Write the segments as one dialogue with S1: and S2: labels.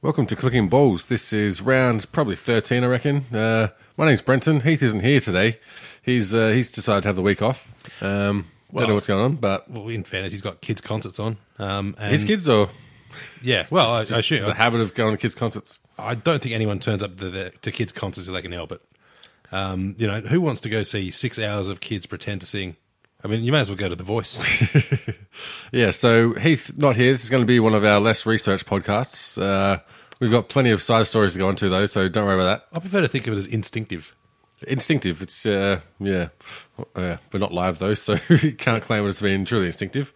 S1: Welcome to Clicking Balls. This is round probably 13, I reckon. Uh, my name's Brenton. Heath isn't here today. He's uh, he's decided to have the week off. Um, don't know
S2: Well-
S1: what's going on, but
S2: Well, in fairness, he's got kids' concerts on. Um, and
S1: his kids or
S2: Yeah. Well, I, I
S1: it's a
S2: assume.
S1: habit of going to kids' concerts.
S2: I don't think anyone turns up to, the, to kids' concerts if they can help it. Um, you know, who wants to go see six hours of kids pretend to sing? I mean, you may as well go to The Voice.
S1: Yeah, so Heath not here. This is going to be one of our less research podcasts. Uh, we've got plenty of side stories to go into though, so don't worry about
S2: I prefer to think of it as instinctive.
S1: that. Instinctive, it's uh, yeah, uh, we're not live though, so you can't claim it as being truly instinctive.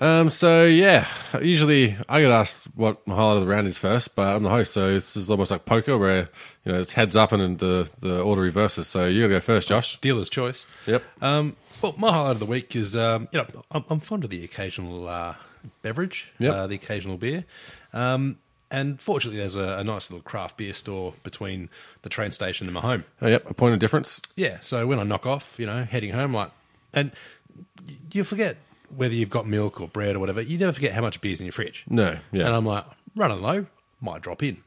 S1: Um, so yeah, usually I get asked what my highlight of the round is first, but I'm the host, so this is almost like poker where you know it's heads up and then the the order reverses. So you gotta go first, Josh. Uh,
S2: Dealer's choice.
S1: Yep.
S2: Um, well, my highlight of the week is um, you know I'm, I'm fond of the occasional uh, beverage,
S1: Yep.
S2: uh, the occasional beer, um, and fortunately there's a, a nice little craft beer store between the train station and my home.
S1: Oh, yep, a point of difference.
S2: Yeah, so when I knock off, you know, heading home, like, and y- you forget whether you've got milk or bread or whatever. You never forget how much beer's in your fridge.
S1: No, yeah.
S2: And I'm like running low, might drop in.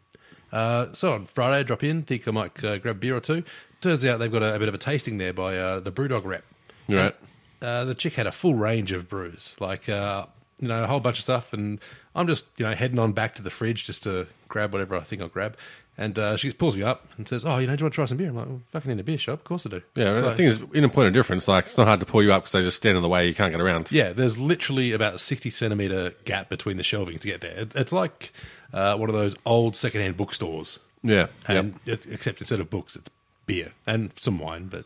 S2: Uh, so on Friday, I drop in, think I might uh, grab a beer or two. Turns out they've got a, a bit of a tasting there by uh, the BrewDog rep.
S1: You're right.
S2: Uh, the chick had a full range of brews, like uh, you know, a whole bunch of stuff. And I'm just you know heading on back to the fridge just to grab whatever I think I'll grab. And uh, she pulls me up and says, "Oh, you know, do you want to try some beer?" I'm like, well, "Fucking in a beer shop, of course I do."
S1: Yeah,
S2: Like-
S1: the thing is, in a point of difference, like it's not hard to pull you up because they just stand in the way. You can't get around.
S2: Yeah, there's literally about a 60 centimeter gap between the shelving to get there. It, it's like uh, one of those old secondhand bookstores.
S1: yeah, yep.
S2: And it- except instead of books, it's beer and some wine, but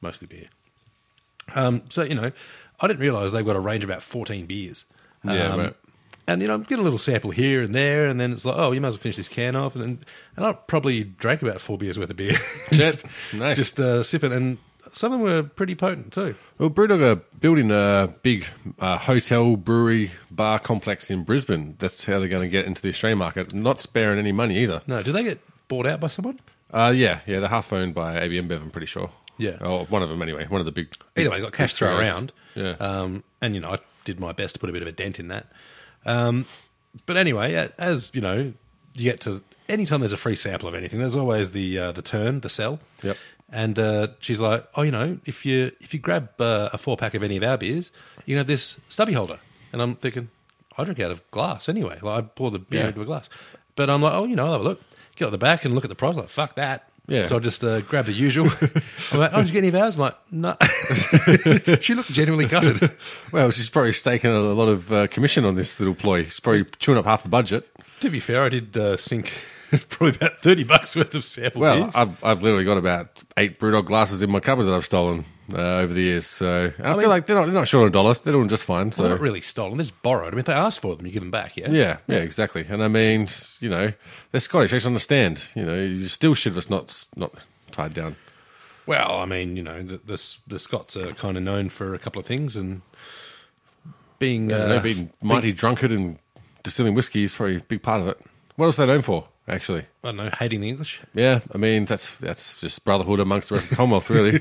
S2: mostly beer. Um, so you know, I didn't realize they've got a range of about 14 beers.
S1: Yeah,
S2: Um,
S1: right.
S2: And you know, I'm getting a little sample here and there, and then it's like, oh, you might as well finish this can off, and and, and I probably drank about four beers worth of beer. just
S1: Nice.
S2: just uh, sipping, and some of them were pretty potent too.
S1: Well, Brewdog are building a big uh, hotel, brewery, bar complex in Brisbane. That's how they're going to get into the Australian market. Not sparing any money either.
S2: No, do they get bought out by someone?
S1: Uh, yeah, yeah, they're half owned by ABM Bev, I'm pretty sure.
S2: Yeah.
S1: Oh, one of them anyway. One of the big. big
S2: Either way, I got cash
S1: big
S2: thrown
S1: players.
S2: around.
S1: Yeah.
S2: Um, and, you know, I did my best to put a bit of a dent in that. Um, but anyway, a- as, you know, you get to anytime there's a free sample of anything, there's always the uh, the turn, the sell.
S1: Yep.
S2: And uh, she's like, oh, you know, if you if you grab uh, a four pack of any of our beers, you can have this stubby holder. And I'm thinking, I drink out of glass anyway. Like, I pour the beer
S1: Yeah.
S2: into a glass. But I'm like, oh, you know, I'll have a look. Get out the back and look at the price. Like, fuck that.
S1: Yeah.
S2: So I just uh, grabbed the usual. I'm like, oh, did you get any of ours? I'm like, no. she looked genuinely gutted.
S1: well, she's probably staking a lot of uh, commission on this little ploy. She's probably chewing up half the budget.
S2: to be fair, I did uh, sink probably about 30 bucks worth of sample
S1: Well,
S2: beers.
S1: I've, I've literally got about eight Brewdog glasses in my cupboard that I've stolen uh, over the years. So I, feel like they're not, they're not short on dollars. They're doing just fine. So
S2: They're not really stolen. They're just borrowed. I mean, if they asked for them, you give them back, yeah?
S1: Yeah, yeah, exactly. And I mean, you know, they're Scottish. They just understand. You know, you still shit that's not not tied down.
S2: Well, I mean, you know, the, the, the Scots are kind of known for a couple of things and being.
S1: You
S2: uh,
S1: know, being mighty drunkard and distilling whiskey is probably a big part of it. What else are they known for, actually?
S2: I don't know, hating the English.
S1: Yeah, I mean, that's that's just brotherhood amongst the rest of the Commonwealth, really.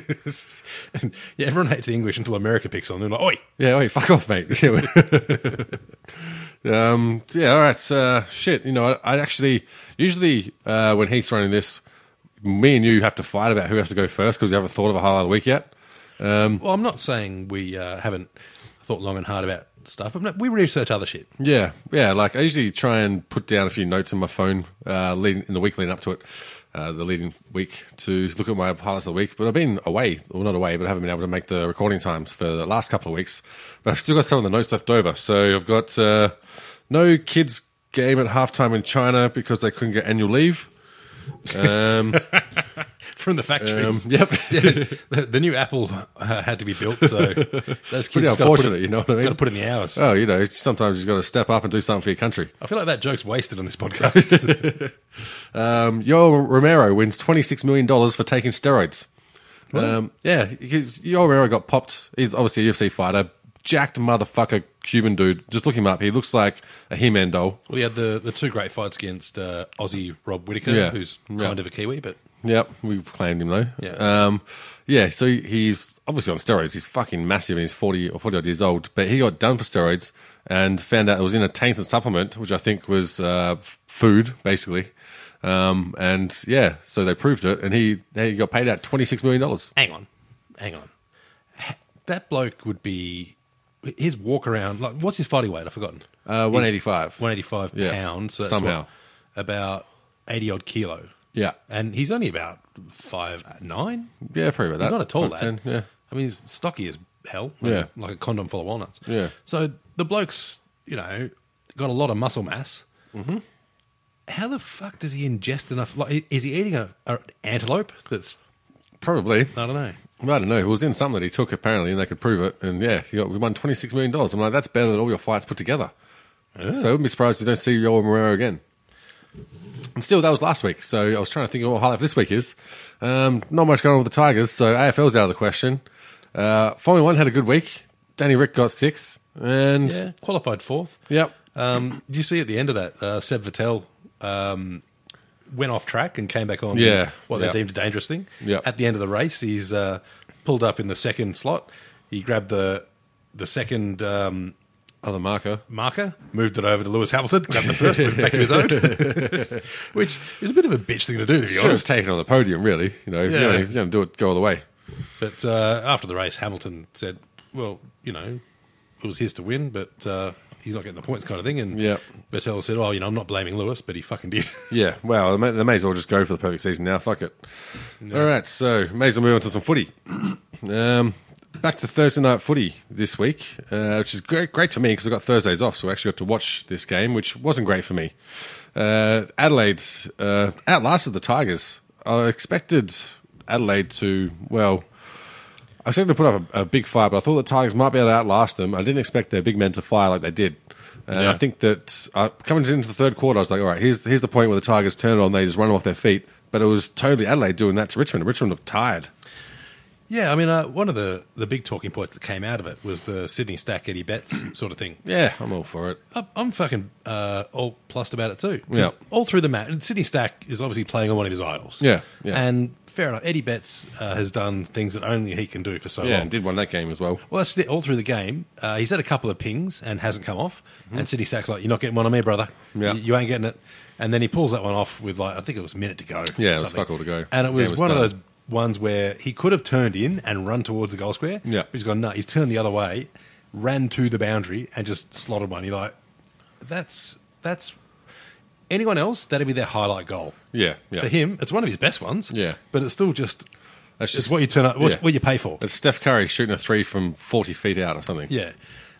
S2: and yeah, everyone hates the English until America picks on them. They're like, oi,
S1: yeah, wait, fuck off, mate. Yeah, we- um, so yeah, all right. so, Uh, shit, you know, I, I actually usually uh, when Heath's running this, me and you have to fight about who has to go first because we haven't thought of a highlight of the week yet.
S2: Well, I'm not saying we uh, haven't thought long and hard about stuff. But no, we research other shit.
S1: Yeah, yeah. Like I usually try and put down a few notes in my phone uh, leading, in the week leading up to it, uh, the leading week to look at my highlights of the week. But I've been away, well, not away, but I haven't been able to make the recording times for the last couple of weeks. But I've still got some of the notes left over. So I've got uh, no kids game at halftime in China because they couldn't get annual leave. Um,
S2: From the factories.
S1: um, yep,
S2: the, the new Apple uh, had to be built, so those kids
S1: pretty
S2: gotta put
S1: unfortunate.
S2: it-
S1: You know what I mean?
S2: Gotta put in the hours.
S1: Oh, you know, sometimes you've got to step up and do something for your country.
S2: I feel like that joke's wasted on this podcast.
S1: Um, Yoel Romero wins $26 million for taking steroids. Um, yeah, because Yoel Romero got popped. He's obviously a UFC fighter, jacked motherfucker Cuban dude. Just look him up. He looks like a He Man doll.
S2: we had the, the two great fights against uh, Aussie Rob Whitaker,
S1: Yeah.
S2: who's
S1: Yeah.
S2: kind of a Kiwi, but
S1: Yep, we've claimed him though.
S2: Yeah.
S1: Um, yeah, so he's obviously on steroids. He's fucking massive and he's 40 or 40 odd years old, but he got done for steroids and found out it was in a tainted supplement, which I think was uh, f- food, basically. Um, and yeah, so they proved it and he, he got paid out $26 million.
S2: hang on, hang on. H- That bloke would be his walk around. Like, what's his fighting weight? I've forgotten.
S1: Uh, 185.
S2: One eighty five
S1: Yeah.
S2: pounds. So that's
S1: Somehow.
S2: what, about eighty odd kilo.
S1: Yeah.
S2: and he's only about five nine.
S1: Yeah, probably about that.
S2: He's not a tall lad.
S1: 5'10", Yeah.
S2: I mean, he's stocky as hell. like-
S1: Yeah.
S2: like a condom full of walnuts.
S1: Yeah.
S2: So the bloke's, you know, got a lot of muscle mass. Mm-hmm. How the fuck does he ingest enough? Like, i- is he eating a, a antelope? That's
S1: Probably.
S2: I don't know.
S1: I don't know. It was in something that he took apparently, and they could prove it. And yeah, he got, we won twenty six million dollars. I'm like, that's better than all your fights put together. So I wouldn't be surprised if you don't see Yoel Morero again. And still, that was last week. So I was trying to think of what highlight for this week is. Um, not much going on with the Tigers, so AFL's out of the question. Uh, Formula One had a good week. Danny Rick got six, and
S2: Yeah. Qualified fourth.
S1: yep,
S2: Um, you see at the end of that, uh, Seb Vettel um, went off track and came back on.
S1: Yeah.
S2: What they
S1: Yeah.
S2: deemed a dangerous thing.
S1: Yeah.
S2: At the end of the race, he's uh, pulled up in the second slot. He grabbed the the second um,
S1: other marker.
S2: marker, moved it over to Lewis Hamilton, grabbed the first, moved it back to his own, which is a bit of a bitch thing to do, to be
S1: Should have
S2: honest.
S1: taken it on the podium, really. You know, if you're
S2: Yeah.
S1: gonna- if you're going to do it, go all the way.
S2: But uh, after the race, Hamilton said, "Well, you know, it was his to win, but uh, he's not getting the points, kind of thing." And
S1: Yeah.
S2: Vettel said, "Oh, you know, I'm not blaming Lewis, but he fucking did."
S1: Yeah, well, they may, they may as well just go for the perfect season now. Fuck it. All right, so may as well move on to some footy. um, back to Thursday night footy this week, uh, which is great, great for me because I got Thursdays off, so I actually got to watch this game, which wasn't great for me. Uh, Adelaide uh, outlasted the Tigers. I expected Adelaide to, well, I expected to put up a, a big fight, but I thought the Tigers might be able to outlast them. I didn't expect their big men to fire like they did. And
S2: Yeah.
S1: I think that uh, coming into the third quarter, I was like, all right, here's, here's the point where the Tigers turn it on, they just run them off their feet. But it was totally Adelaide doing that to Richmond. Richmond looked tired.
S2: Yeah, I mean, uh, one of the, the big talking points that came out of it was the Sydney Stack Eddie Betts sort of thing.
S1: Yeah, I'm all for it.
S2: I'm- I'm fucking uh, all plussed about it too. 'Cause
S1: Yeah.
S2: All through the match, and Sydney Stack is obviously playing on one of his idols.
S1: Yeah, yeah.
S2: And fair enough, Eddie Betts uh, has done things that only he can do for so
S1: Yeah,
S2: long.
S1: and did win that game as well.
S2: Well, that's it. all through the game. Uh, he's had a couple of pings and hasn't come off. And Sydney Stack's like, "You're not getting one on me, brother.
S1: Yeah.
S2: You, you ain't getting it." And then he pulls that one off with like I think it was a minute to go.
S1: Yeah, it
S2: or
S1: was
S2: something.
S1: fuck all to go.
S2: And it was,
S1: Game was
S2: one
S1: done.
S2: of those ones where he could have turned in and run towards the goal square.
S1: Yeah.
S2: but he's gone. No, he's turned the other way, ran to the boundary, and just slotted one. You're like, that's that's anyone else that'd be their highlight goal.
S1: Yeah, yeah.
S2: For him, it's one of his best ones.
S1: Yeah.
S2: but it's still just
S1: That's
S2: it's what you turn up, what,
S1: yeah.
S2: what you pay for.
S1: It's Steph Curry shooting a three from 40 feet out or something.
S2: Yeah.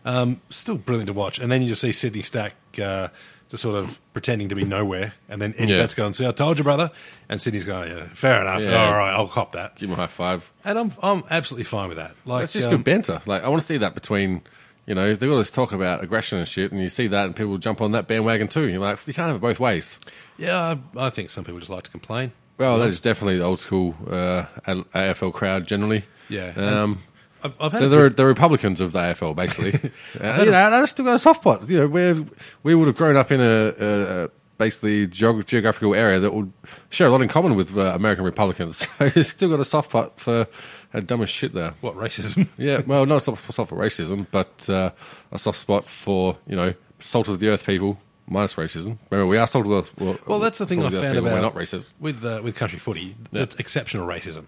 S2: Um, still brilliant to watch. And then you just see Sydney Stack uh, just sort of pretending to be nowhere. And then Eddie
S1: Yeah.
S2: Betts going, See, I told you, brother. And Sydney's going, Yeah, fair enough.
S1: Yeah.
S2: All right, I'll cop that.
S1: Give him a high five.
S2: And I'm, I'm absolutely fine with that. Like,
S1: That's just
S2: um,
S1: good banter. Like I want to see that between you know they got all this talk about aggression and shit, and you see that, and people jump on that bandwagon too. You're like, you can't have it both ways.
S2: Yeah, I, I think some people just like to complain.
S1: Well, that is definitely the old school uh, A- AFL crowd generally.
S2: Yeah.
S1: Um,
S2: I've, I've had
S1: they're,
S2: a good-
S1: they're the Republicans of the AFL, basically. and, you know, and I've still got a soft spot. You know, where we would have grown up in a, a, a basically geog- geographical area that would share a lot in common with uh, American Republicans. So it's still got a soft spot for uh, dumb as shit there.
S2: what racism?
S1: Yeah, well, not a soft spot for racism, but uh, a soft spot for you know salt of the earth people minus racism. Remember, we are salt of the well.
S2: Well, that's the thing
S1: salt
S2: I
S1: of the earth
S2: found
S1: people,
S2: about
S1: we're not racist.
S2: with uh, with country footy. That's exceptional racism.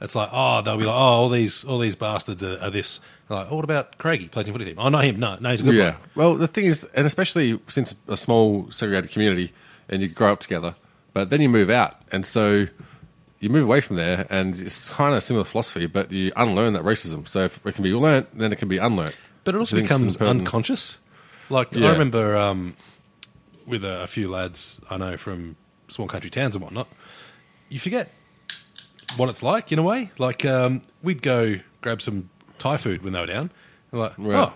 S2: It's like, oh, they'll be like, oh, all these all these bastards are, are this. They're like, oh, what about Craigie, Pledging Footy Team? Oh, not him. No, no, he's a good
S1: yeah.
S2: one.
S1: Well, the thing is, and especially since a small segregated community, and you grow up together, but then you move out, and so you move away from there, and it's kind of similar philosophy, but you unlearn that racism. So if it can be learnt, then it can be unlearnt.
S2: But it also
S1: I think it's
S2: becomes
S1: important.
S2: unconscious. Like
S1: Yeah.
S2: I remember um, with a, a few lads I know from small country towns and whatnot, you forget what it's like in a way. Like um, we'd go grab some Thai food when they were down. And like,
S1: Right.
S2: oh,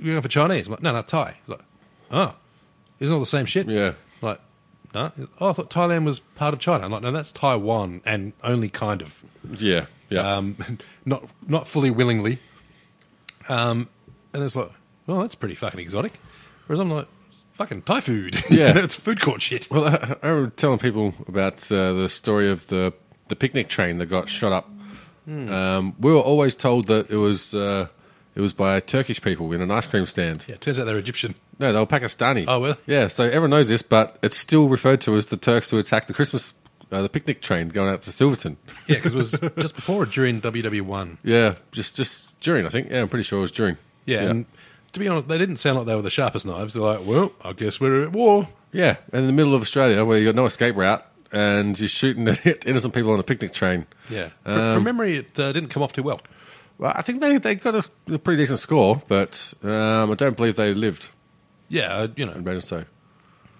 S2: you're going for Chinese? I'm like, no, no, Thai. He's like, oh, isn't all the same shit?
S1: Yeah.
S2: I'm like, no. He's like, Oh, I thought Thailand was part of China. I'm like, no, that's Taiwan and only kind of
S1: Yeah, yeah.
S2: um, not not fully willingly. Um, and it's like, well, that's pretty fucking exotic. Whereas I'm like, it's fucking Thai food.
S1: Yeah.
S2: it's food court shit.
S1: Well, I, I remember telling people about uh, the story of the, the picnic train that got shot up. Um, we were always told that it was uh, it was by Turkish people in an ice cream stand.
S2: Yeah, turns out they're Egyptian.
S1: No, they were Pakistani.
S2: Oh, were they?
S1: Yeah, so everyone knows this, but it's still referred to as the Turks who attacked the Christmas, uh, the picnic train going out to Silverton.
S2: Yeah, because it was just before or during WW1.
S1: yeah, just just during, I think. Yeah, I'm pretty sure it was during.
S2: Yeah,
S1: Yeah,
S2: and to be honest, they didn't sound like they were the sharpest knives. They're like, well, I guess we're at war.
S1: Yeah, in the middle of Australia where you got no escape route and you're shooting at innocent people on a picnic train.
S2: Yeah, from, from memory, it uh, didn't come off too well.
S1: Well, I think they, they got a, a pretty decent score, but um, I don't believe they lived.
S2: Yeah, uh, you know,
S1: Imagine so.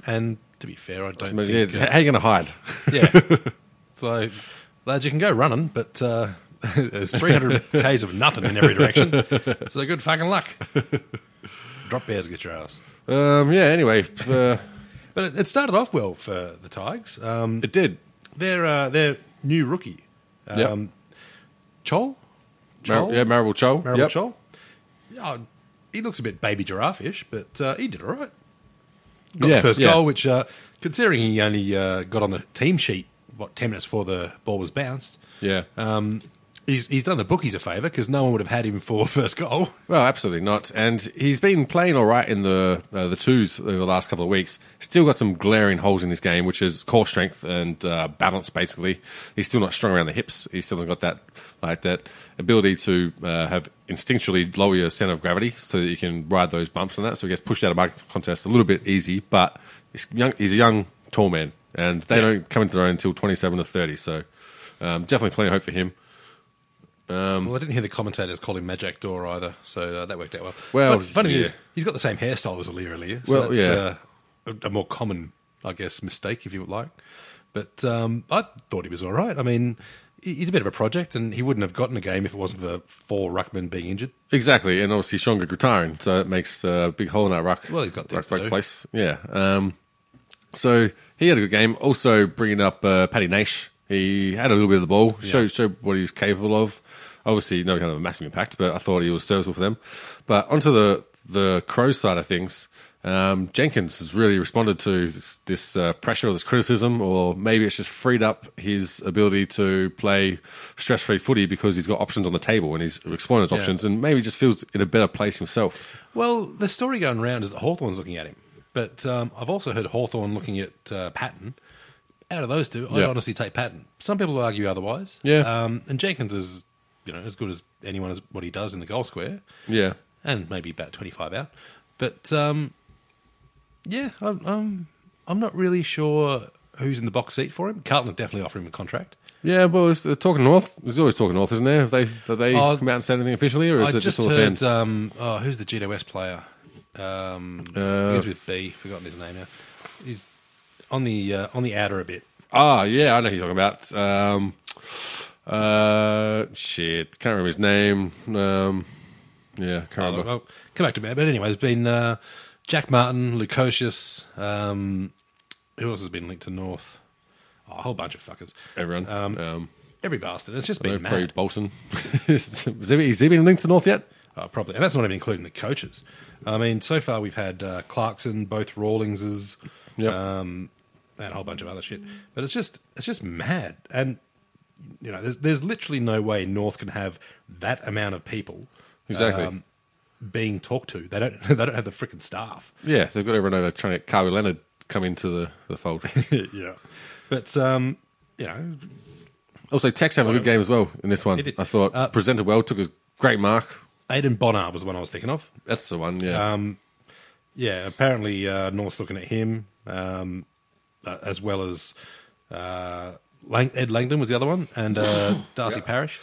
S2: and to be fair, I don't
S1: But
S2: think.
S1: yeah,
S2: uh,
S1: how are you going to hide?
S2: Yeah. so, lads, you can go running, but uh, there's 300 k's of nothing in every direction. So good fucking luck. Drop bears get your ass.
S1: um, yeah, anyway, uh,
S2: But it, it started off well for the Tigers. Um,
S1: it did.
S2: their uh, their new rookie, um,
S1: Yep. Mar-
S2: Chol, Chol,
S1: yeah, Marable Chol.
S2: Maribel
S1: Yep.
S2: Chol. Oh, he looks a bit baby giraffe-ish, but uh, he did all right. Got
S1: Yeah,
S2: the first
S1: yeah.
S2: goal, which uh, considering he only uh, got on the team sheet what ten minutes before the ball was bounced,
S1: Yeah.
S2: Um, he's he's done the bookies a favour because no one would have had him for first goal.
S1: Well, absolutely not. And he's been playing all right in the uh, the twos over the last couple of weeks. Still got some glaring holes in his game, which is core strength and uh, balance. Basically, he's still not strong around the hips. He still hasn't got that like that ability to uh, have instinctually lower your center of gravity so that you can ride those bumps and that. So he gets pushed out of market contest a little bit easy, but he's young. He's a young, tall man, and they don't come into their own until twenty seven or thirty. So um, definitely plenty of hope for him.
S2: Um, well, I didn't hear the commentators call him Magic Door either, so uh, that worked out well.
S1: Well,
S2: But funny
S1: yeah.
S2: is he's got the same hairstyle as Alir Alir, so
S1: Well,
S2: that's
S1: yeah.
S2: uh, a, a more common, I guess, mistake if you would like. But um, I thought he was all right. I mean, he- he's a bit of a project, and he wouldn't have gotten a game if it wasn't for four ruckmen being injured.
S1: Exactly, and obviously Shonga Gutarin, so it makes a big hole in that ruck.
S2: Well, he's got things
S1: ruck,
S2: to
S1: ruck
S2: do.
S1: place. Yeah. Um, so he had a good game. Also bringing up uh, Paddy Nash, he had a little bit of the ball, showed showed what he's capable of. Obviously, no kind of a massive impact, but I thought he was serviceable for them. But onto the the Crow side of things, um, Jenkins has really responded to this, this uh, pressure or this criticism, or maybe it's just freed up his ability to play stress free footy because he's got options on the table and he's exploring his options, and maybe just feels in a better place himself.
S2: Well, the story going round is that Hawthorne's looking at him. But um, I've also heard Hawthorne looking at uh, Patton. Out of those two, I
S1: Yeah.
S2: honestly take Patton. Some people will argue otherwise.
S1: Yeah.
S2: Um, and Jenkins is, you know, as good as anyone is what he does in the goal square
S1: Yeah.
S2: and maybe about 25 out. But um, yeah, I'm, I'm, I'm not really sure who's in the box seat for him. Carlton would definitely offer him a contract.
S1: Yeah, well, it's, uh, talking north. There's always talking north, isn't there? Have they, have they
S2: Oh,
S1: come out and said anything officially, or is
S2: I
S1: it
S2: just,
S1: just, all the
S2: heard,
S1: fans?
S2: um, oh, who's the GWS player? Um,
S1: Uh,
S2: he was with B. Forgotten his name now. He's on the uh, on the outer a bit.
S1: Ah, yeah, I know who you're talking about. Um, uh, shit, can't remember his name. Um, yeah, can't remember.
S2: Well, come back to me. But anyway, it's been uh, Jack Martin, Lukosius. Um, who else has been linked to North? Oh, a whole bunch of fuckers.
S1: Everyone. Um,
S2: Um, every bastard. It's just
S1: no,
S2: been
S1: probably
S2: mad.
S1: Bolton. Has he- has he been linked to North yet?
S2: Oh, probably, and that's not even including the coaches. I mean, so far we've had uh, Clarkson, both Rawlingses,
S1: Yep.
S2: um, and a whole bunch of other shit. But it's just it's just mad, and you know, there's there's literally no way North can have that amount of people um,
S1: Exactly.
S2: being talked to. They don't they don't have the frickin' staff.
S1: Yeah, so they've got everyone over trying to get Carly Leonard come into the, the fold.
S2: yeah, but um, you know,
S1: Also, Tech's having a good game as well in this one.
S2: did.
S1: I thought
S2: Uh,
S1: presented well, took a great mark.
S2: Aiden Bonner was the one I was thinking of.
S1: That's the one. Yeah,
S2: Um, Yeah, apparently uh, North's looking at him, um, uh, as well as uh, Lang- Ed Langdon was the other one, and uh, Darcy Parish.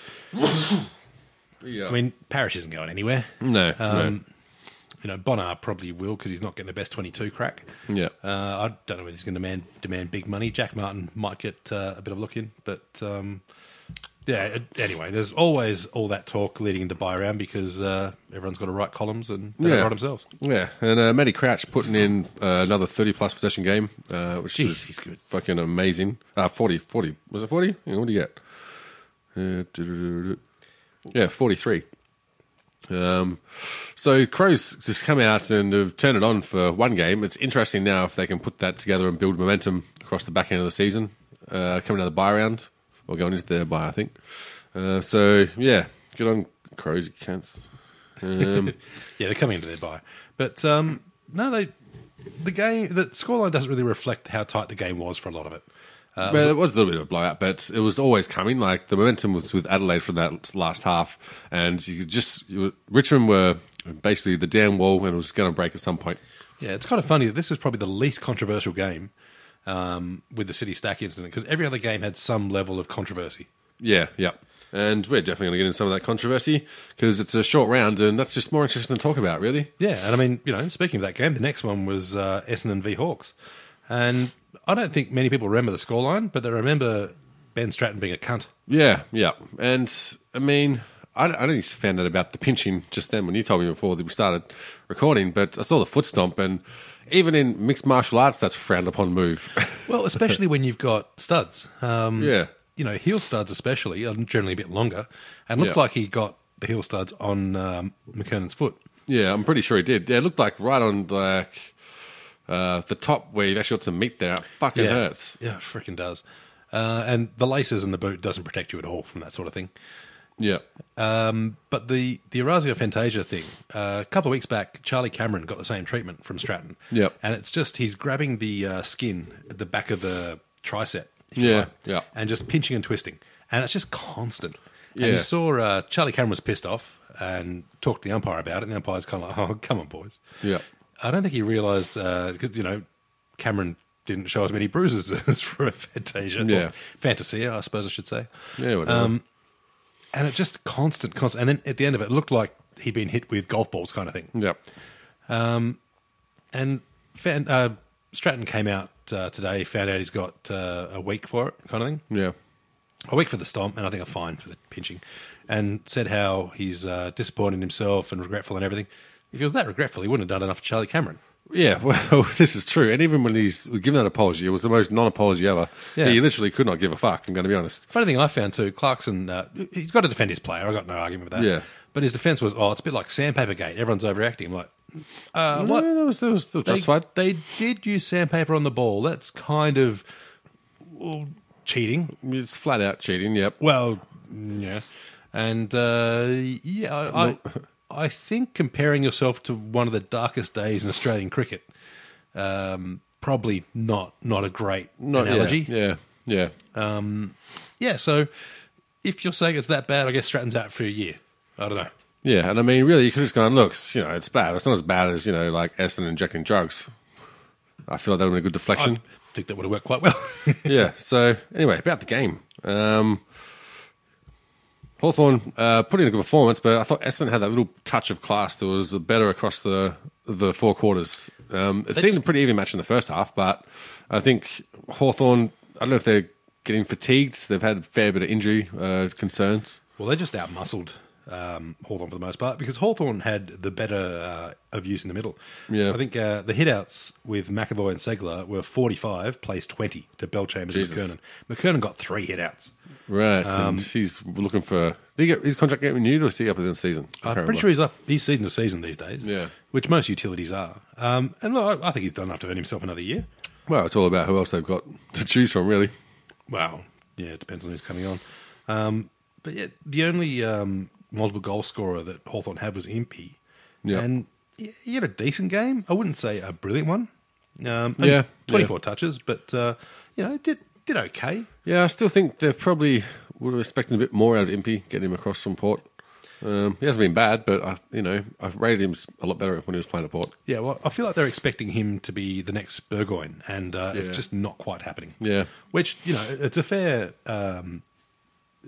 S1: yeah.
S2: I mean, Parish isn't going anywhere.
S1: no,
S2: Um, You know, Bonner probably will because he's not getting the best 22 crack.
S1: no. yeah.
S2: Uh, I don't know whether he's going to demand, demand big money. Jack Martin might get uh, a bit of a look in, but um, yeah. a- Anyway, there's always all that talk leading into buy round because uh, everyone's got to write columns and they don't write themselves.
S1: Yeah, and uh, Matty Crouch putting in uh, another 30 plus possession game, uh, which
S2: Jeez,
S1: is
S2: he's good.
S1: fucking amazing. Uh, 40, 40. Was it 40? Yeah, what do you get? Uh, du-du-du-du-du. yeah, 43. Um, so Crows just come out and have turned it on for one game. It's interesting now if they can put that together and build momentum across the back end of the season, uh, coming out of the bye round or going into their bye, I think. Uh, so yeah, good on Crows, you cunts. Um,
S2: Yeah, they're coming into their buy, but um, no, they the game the scoreline doesn't really reflect how tight the game was for a lot of it.
S1: Well, it was a little bit of a blowout, but it was always coming. Like the momentum was with Adelaide from that last half, and you could just you, were- Richmond were basically the damn wall, and it was going to break at some point.
S2: Yeah, it's kind of funny that this was probably the least controversial game um, with the City Stack incident because every other game had some level of controversy.
S1: Yeah, yeah. And we're definitely going to get into some of that controversy because it's a short round, and that's just more interesting to talk about, really.
S2: Yeah, and I mean, you know, speaking of that game, the next one was uh, Essendon v Hawks, and I don't think many people remember the scoreline, but they remember Ben Stratton being a cunt.
S1: Yeah, yeah. And I mean, I, I only found out about the pinching just then when you told me before that we started recording, but I saw the foot stomp, and even in mixed martial arts, that's a frowned upon move.
S2: Well, especially when you've got studs. Um,
S1: yeah.
S2: you know, heel studs especially are generally a bit longer, and looked
S1: Yeah.
S2: like he got the heel studs on um, McKernan's foot.
S1: Yeah, I'm pretty sure he did. Yeah, it looked like right on like uh, the top where you've actually got some meat there. It fucking hurts.
S2: Yeah, it freaking does. Uh, and the laces in the boot doesn't protect you at all from that sort of thing.
S1: Yeah.
S2: But the the Erasio Fantasia thing, uh, a couple of weeks back, Charlie Cameron got the same treatment from Stratton.
S1: Yep.
S2: and it's just he's grabbing the uh, skin at the back of the tricep. if you
S1: Yeah,
S2: like,
S1: yeah.
S2: and just pinching and twisting, and it's just constant. And
S1: Yeah.
S2: you saw uh, Charlie Cameron was pissed off and talked to the umpire about it. And the umpire's kind of like, "Oh, come on, boys."
S1: Yeah.
S2: I don't think he realised because you know Cameron didn't show as many bruises as for Fantasia. or
S1: Yeah.
S2: Fantasia, I suppose I should say
S1: Yeah, whatever.
S2: Um, and it just constant, constant. And then at the end of it, it looked like he'd been hit with golf balls, kind of thing.
S1: yeah.
S2: And fan, uh, Stratton came out uh, today, found out he's got uh, a week for it, kind of thing,
S1: Yeah.
S2: a week for the stomp, and I think a fine for the pinching, and said how he's uh, disappointed in himself and regretful and everything. If he was that regretful, he wouldn't have done enough for Charlie Cameron.
S1: Yeah, well, this is true. And even when he's given that apology, it was the most non apology ever.
S2: Yeah.
S1: He literally could not give a fuck, I'm going to be honest.
S2: Funny thing I found too, Clarkson, uh, he's got to defend his player. I got no argument with that.
S1: Yeah.
S2: But his defense was, oh, it's a bit like sandpaper gate. Everyone's overacting. I'm like, uh, what?
S1: Yeah, that was, that was, that was
S2: They-
S1: justified.
S2: They did use sandpaper on the ball. That's kind of well, cheating.
S1: It's flat out cheating, yep.
S2: Well, yeah, and uh, yeah, I, I I think comparing yourself to one of the darkest days in Australian cricket, um, probably not not a great
S1: Not- yeah,
S2: analogy. Yeah.
S1: Yeah. Yeah.
S2: so if you're saying it's that bad, I guess Stratton's out for a year. I don't know.
S1: Yeah, and I mean, really, you could just gone, look, you know, it's bad. It's not as bad as, you know, like Essendon injecting drugs. I feel like that would have been a good deflection.
S2: I think that would have worked quite well.
S1: yeah. So anyway, about the game. Um, Hawthorne uh, put in a good performance, but I thought Essendon had that little touch of class that was better across the the four quarters. Um, it seemed a pretty even match in the first half, but I think Hawthorn. I don't know if they're getting fatigued. They've had a fair bit of injury uh, concerns.
S2: Well, they just outmuscled um, Hawthorn for the most part because Hawthorn had the better uh, of use in the middle.
S1: Yeah.
S2: I think uh, the hitouts with McAvoy and Segler were 45, plays 20 to Belchambers
S1: Jesus.
S2: and McKernan. McKernan got three hitouts.
S1: Right.
S2: Um,
S1: and he's looking for. Did he get his contract get renewed or is he up at the end of the season? I
S2: I'm
S1: can't
S2: pretty
S1: remember.
S2: sure he's up. He's season to season these days.
S1: Yeah.
S2: which most utilities are. Um, and look, I I think he's done enough to earn himself another year.
S1: Well, it's all about who else they've got to choose from, really.
S2: Wow. Yeah, it depends on who's coming on. Um, but yeah, the only um, multiple goal scorer that Hawthorn had was Impey.
S1: Yeah.
S2: And he he had a decent game. I wouldn't say a brilliant one. Um, only
S1: Yeah,
S2: 24 touches, but, uh, you know, did did okay.
S1: Yeah, I still think they're probably would have expected a bit more out of Impy, getting him across from Port. Um, he hasn't been bad, but I, you know, I've rated him a lot better when he was playing at Port.
S2: Yeah, well, I feel like they're expecting him to be the next Burgoyne, and uh, it's
S1: Yeah.
S2: just not quite happening.
S1: Yeah.
S2: Which, you know, it's a fair um,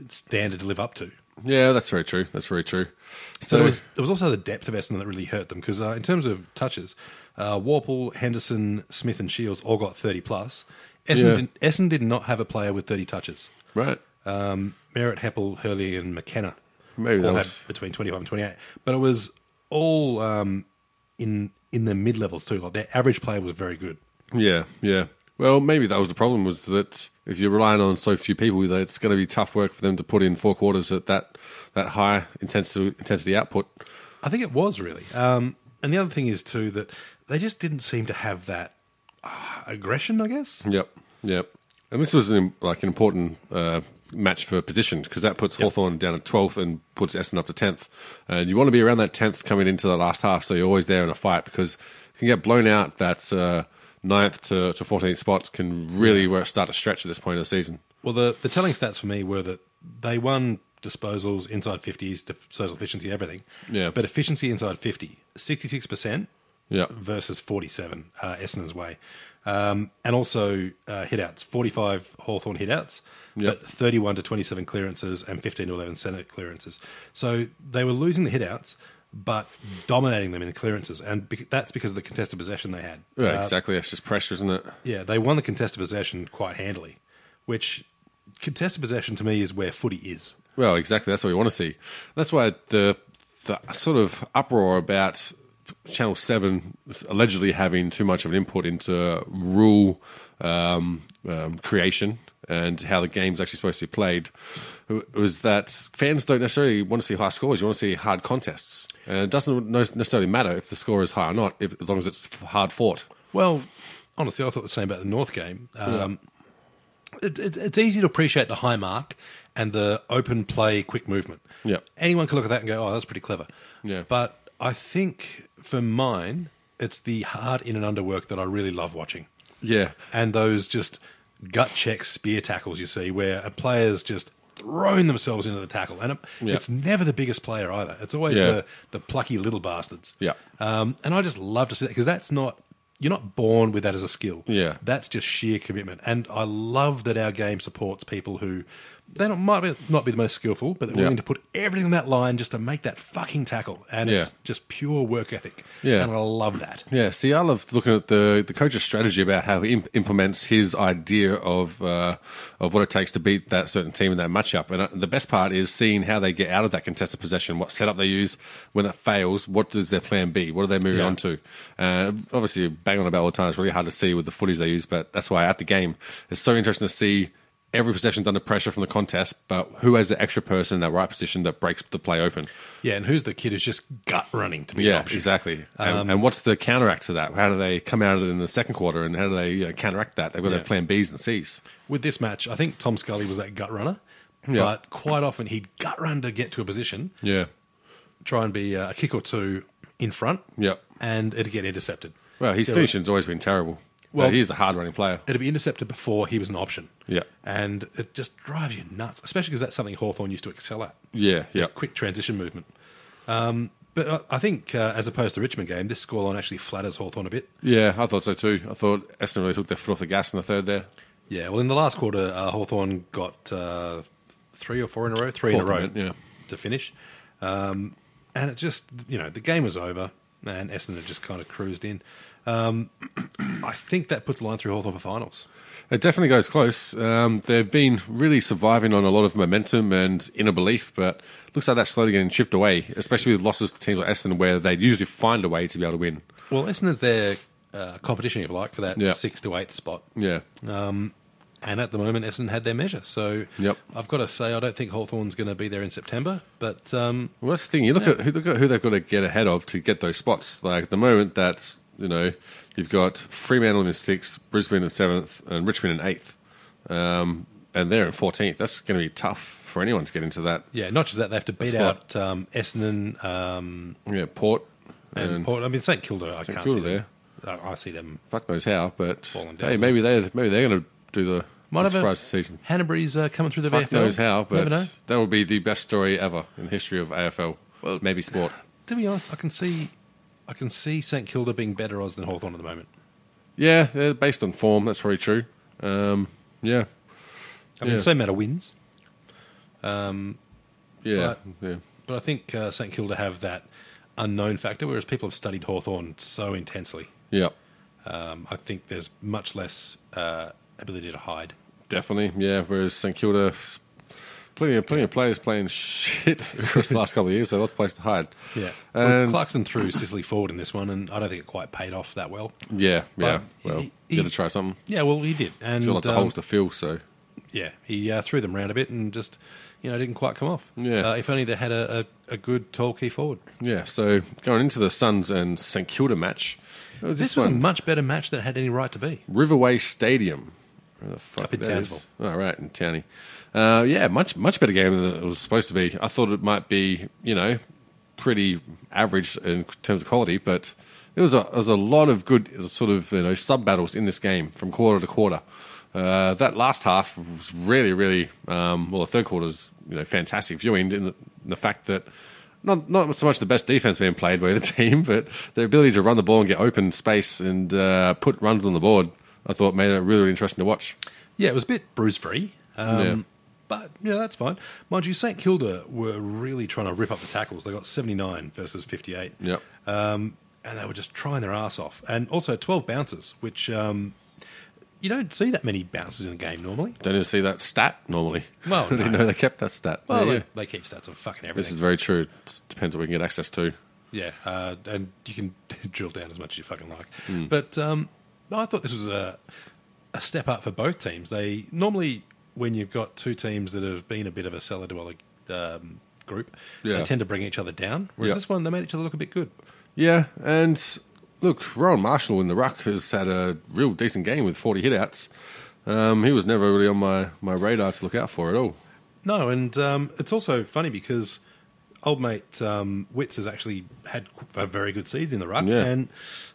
S2: standard to live up to.
S1: Yeah, that's very true. That's very true. So,
S2: But it was, it was also the depth of Essendon that really hurt them because, uh, in terms of touches, uh, Warple, Henderson, Smith, and Shields all got 30 plus. Essendon,
S1: Yeah.
S2: did, Essendon did not have a player with 30 touches.
S1: right,
S2: Um, Merritt, Heppel, Hurley, and McKenna
S1: Maybe
S2: all
S1: that
S2: had
S1: was-
S2: between 25 and 28. But it was all um, in in the mid levels, too. Like their average player was very good.
S1: yeah, yeah. Well, maybe that was the problem was that if you're relying on so few people, that it's going to be tough work for them to put in four quarters at that that high intensity intensity output.
S2: I think it was really. Um, and the other thing is too that they just didn't seem to have that uh, aggression. I guess.
S1: Yep, yep. And this was an, like an important uh, match for position because that puts Hawthorn down at twelfth and puts Essendon up to tenth. And you want to be around that tenth coming into the last half, so you're always there in a fight because you can get blown out. That uh, ninth to to fourteenth spots can really work, start to stretch at this point of the season.
S2: Well, the the telling stats for me were that they won disposals inside fifties, disposal efficiency, everything.
S1: Yeah.
S2: But efficiency inside 50, 66 percent
S1: Yeah,
S2: versus forty seven uh, Essendon's way, um, and also uh, hitouts forty five Hawthorn hitouts.
S1: Yep.
S2: But 31 to 27 clearances and 15 to 11 Senate clearances. So they were losing the hitouts, but dominating them in the clearances. And bec- that's because of the contested possession they had.
S1: yeah,
S2: Uh,
S1: exactly. It's just pressure, isn't it?
S2: yeah, they won the contested possession quite handily, which contested possession to me is where footy is.
S1: Well, exactly. That's what we want to see. That's why the the sort of uproar about Channel Seven allegedly having too much of an input into rule um, um, creation and how the game's actually supposed to be played was that fans don't necessarily want to see high scores. You want to see hard contests, and it doesn't no- necessarily matter if the score is high or not, if, as long as it's hard fought.
S2: Well, honestly, I thought the same about the North game. Um, it, it, it's easy to appreciate the high mark and the open play, quick movement.
S1: Yeah.
S2: anyone can look at that and go, "Oh, that's pretty clever."
S1: Yeah.
S2: but I think for mine, it's the hard in and under work that I really love watching,
S1: Yeah,
S2: and those just gut check spear tackles you see where a player's just thrown themselves into the tackle, and it,
S1: Yeah.
S2: it's never the biggest player either. It's always
S1: Yeah.
S2: the the plucky little bastards.
S1: Yeah.
S2: Um, and I just love to see that because that's not you're not born with that as a skill.
S1: Yeah.
S2: That's just sheer commitment. And I love that our game supports people who they don't, might be, not be the most skillful, but they're
S1: Yeah.
S2: willing to put everything on that line just to make that fucking tackle. And it's
S1: Yeah.
S2: just pure work ethic.
S1: Yeah.
S2: And I love that.
S1: Yeah, see, I love looking at the the coach's strategy about how he imp- implements his idea of uh, of what it takes to beat that certain team in that matchup. And uh, the best part is seeing how they get out of that contested possession, what setup they use when that fails, what is their plan B, what are they moving
S2: Yeah.
S1: on to. Uh, obviously, you bang on about all the time. It's really hard to see with the footage they use, but that's why at the game, it's so interesting to see. Every possession's under pressure from the contest, but who has the extra person in that right position that breaks the play open?
S2: Yeah. And who's the kid who's just gut running to be an
S1: Yeah,
S2: option?
S1: exactly. And, and what's the counteract to that? How do they come out of it in the second quarter, and how do they you know, counteract that? They've got
S2: Yeah.
S1: their plan Bs and Cs.
S2: With this match, I think Tom Scully was that gut runner.
S1: Yeah.
S2: But quite often he'd gut run to get to a position,
S1: Yeah,
S2: try and be uh, a kick or two in front.
S1: Yep.
S2: And it'd get intercepted.
S1: Well, his
S2: Yeah,
S1: finishing's always been terrible.
S2: Well-
S1: Well, he's a hard running player.
S2: it'd be intercepted before he was an option.
S1: Yeah.
S2: And it just drives you nuts, especially because that's something Hawthorn used to excel at.
S1: Yeah, yeah,
S2: Quick transition movement. Um, but I I think, uh, as opposed to Richmond game, this scoreline actually flatters Hawthorn a bit.
S1: yeah. I thought so too. I thought Eston really took their foot off the gas in the third there.
S2: Yeah, well, in the last quarter, uh, Hawthorn got uh, three or four in a row, three in
S1: Fourth
S2: a row
S1: in it, yeah.
S2: to finish. Um, and it just, you know, the game was over and Essendon had just kind of cruised in. Um, I think that puts the line through Hawthorn for finals.
S1: It definitely goes close. Um, they've been really surviving on a lot of momentum and inner belief, but looks like that's slowly getting chipped away, especially with losses to teams like Eston, where they usually find a way to be able to win.
S2: Well, Essendon's their uh, competition, if you like, for that
S1: Yeah.
S2: six to eighth spot.
S1: Yeah,
S2: And at the moment, Essendon had their measure. So
S1: Yep.
S2: I've got to say, I don't think Hawthorn's going to be there in September. But um,
S1: Well, that's the thing. You look at who look at who they've got to get ahead of to get those spots. Like at the moment, that's you know you've got Fremantle in sixth, Brisbane in seventh, and Richmond in eighth, um, and they're in fourteenth. That's going to be tough for anyone to get into that.
S2: yeah, not just that, they have to beat
S1: Spot.
S2: out um, Essendon um,
S1: Yeah, Port
S2: and,
S1: and,
S2: Port. I mean, St Kilda, I
S1: St
S2: can't
S1: Kilda
S2: see them. Uh, I I see them.
S1: fuck knows how, but
S2: Falling down.
S1: hey, maybe they maybe they're going to do the
S2: Might
S1: I'm
S2: have a
S1: surprised the season.
S2: Hanbury's uh, coming through the
S1: Fuck
S2: VFL.
S1: knows how,
S2: Never know.
S1: but that would be the best story ever in the history of AFL. Well, maybe sport.
S2: To be honest, I can see, I can see St Kilda being better odds than Hawthorn at the moment.
S1: Yeah, they're based on form. That's probably true. Um, yeah,
S2: I mean,
S1: Yeah.
S2: same amount of wins,
S1: yeah, yeah.
S2: but I think uh, St Kilda have that unknown factor, whereas people have studied Hawthorn so intensely.
S1: Yeah,
S2: Um, I think there's much less uh, ability to hide.
S1: definitely. Yeah, whereas St Kilda, plenty of plenty of players playing shit across the last couple of years. So lots of place to hide.
S2: Yeah, well,
S1: and
S2: Clarkson threw Sicily forward in this one, and I don't think it quite paid off that well.
S1: yeah, yeah.
S2: But
S1: well,
S2: he-
S1: you got
S2: he-
S1: to try something.
S2: Yeah, well, he did, and
S1: Got lots of
S2: um,
S1: holes to fill. So
S2: yeah, he uh, threw them around a bit and just, you know, didn't quite come off.
S1: Yeah.
S2: Uh, if only they had a, a, a good tall key forward.
S1: yeah, so going into the Suns and St Kilda match, it was
S2: This,
S1: this,
S2: was a
S1: one
S2: much better match than it had any right to be.
S1: Riverway Stadium. Where the fuck
S2: Up in
S1: that is.
S2: Townsville.
S1: All right, in Townie. Uh, yeah, much much better game than it was supposed to be. I thought it might be, you know, pretty average in terms of quality, but there was a there was a lot of good sort of you know sub battles in this game from quarter to quarter. Uh, that last half was really, really um, well. The third quarter was you know fantastic viewing in the, in the fact that not not so much the best defense being played by the team, but their ability to run the ball and get open space and uh, put runs on the board. I thought made it really, really interesting to watch.
S2: Yeah, it was a bit bruise free. Um,
S1: Yeah.
S2: But, you know, that's fine. Mind you, St Kilda were really trying to rip up the tackles. They got 79 versus 58.
S1: Yep.
S2: Um, and they were just trying their ass off. And also 12 bounces, which um, you don't see that many bounces in a game normally.
S1: Don't even see that stat normally.
S2: Well,
S1: I didn't
S2: no.
S1: know they kept that stat.
S2: Well,
S1: Yeah,
S2: they,
S1: yeah.
S2: they keep stats on fucking
S1: this is
S2: everything.
S1: very true. It depends what we can get access to.
S2: yeah, uh, and you can drill down as much as you fucking like.
S1: Hmm.
S2: But um, I thought this was a, a step up for both teams. They normally, when you've got two teams that have been a bit of a cellar dweller um, group,
S1: Yeah.
S2: they tend to bring each other down. Whereas
S1: Yeah.
S2: this one, they made each other look a bit good.
S1: Yeah, and look, Rowan Marshall in the ruck has had a real decent game with 40 hitouts. Um, he was never really on my, my radar to look out for at all.
S2: No, and um, it's also funny because old mate um, Witz has actually had a very good season in the ruck,
S1: Yeah.
S2: and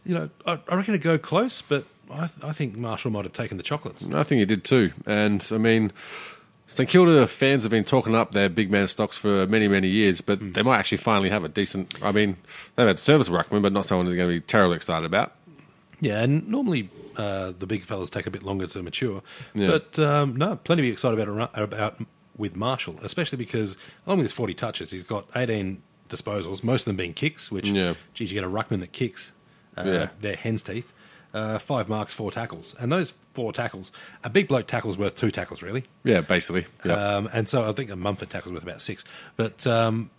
S2: you know I, I reckon it go close, but I, th- I think Marshall might have taken the chocolates.
S1: I think he did too. And I mean, St Kilda fans have been talking up their big man stocks for many, many years, but Hmm. they might actually finally have a decent. I mean, they've had service ruckman, but not someone they're going to be terribly excited about.
S2: Yeah, and normally uh, the big fellas take a bit longer to mature,
S1: Yeah.
S2: but um, no, plenty to be excited about about with Marshall, especially because along with his forty touches, he's got eighteen disposals, most of them being kicks. Which,
S1: Yeah.
S2: geez, you get a ruckman that kicks, uh,
S1: Yeah.
S2: their hen's teeth. Uh, five marks, four tackles, and those four tackles, a big bloke tackle's worth two tackles, really.
S1: Yeah, basically. Yeah.
S2: Um, and so I think a Mumford tackle's worth about six. But um,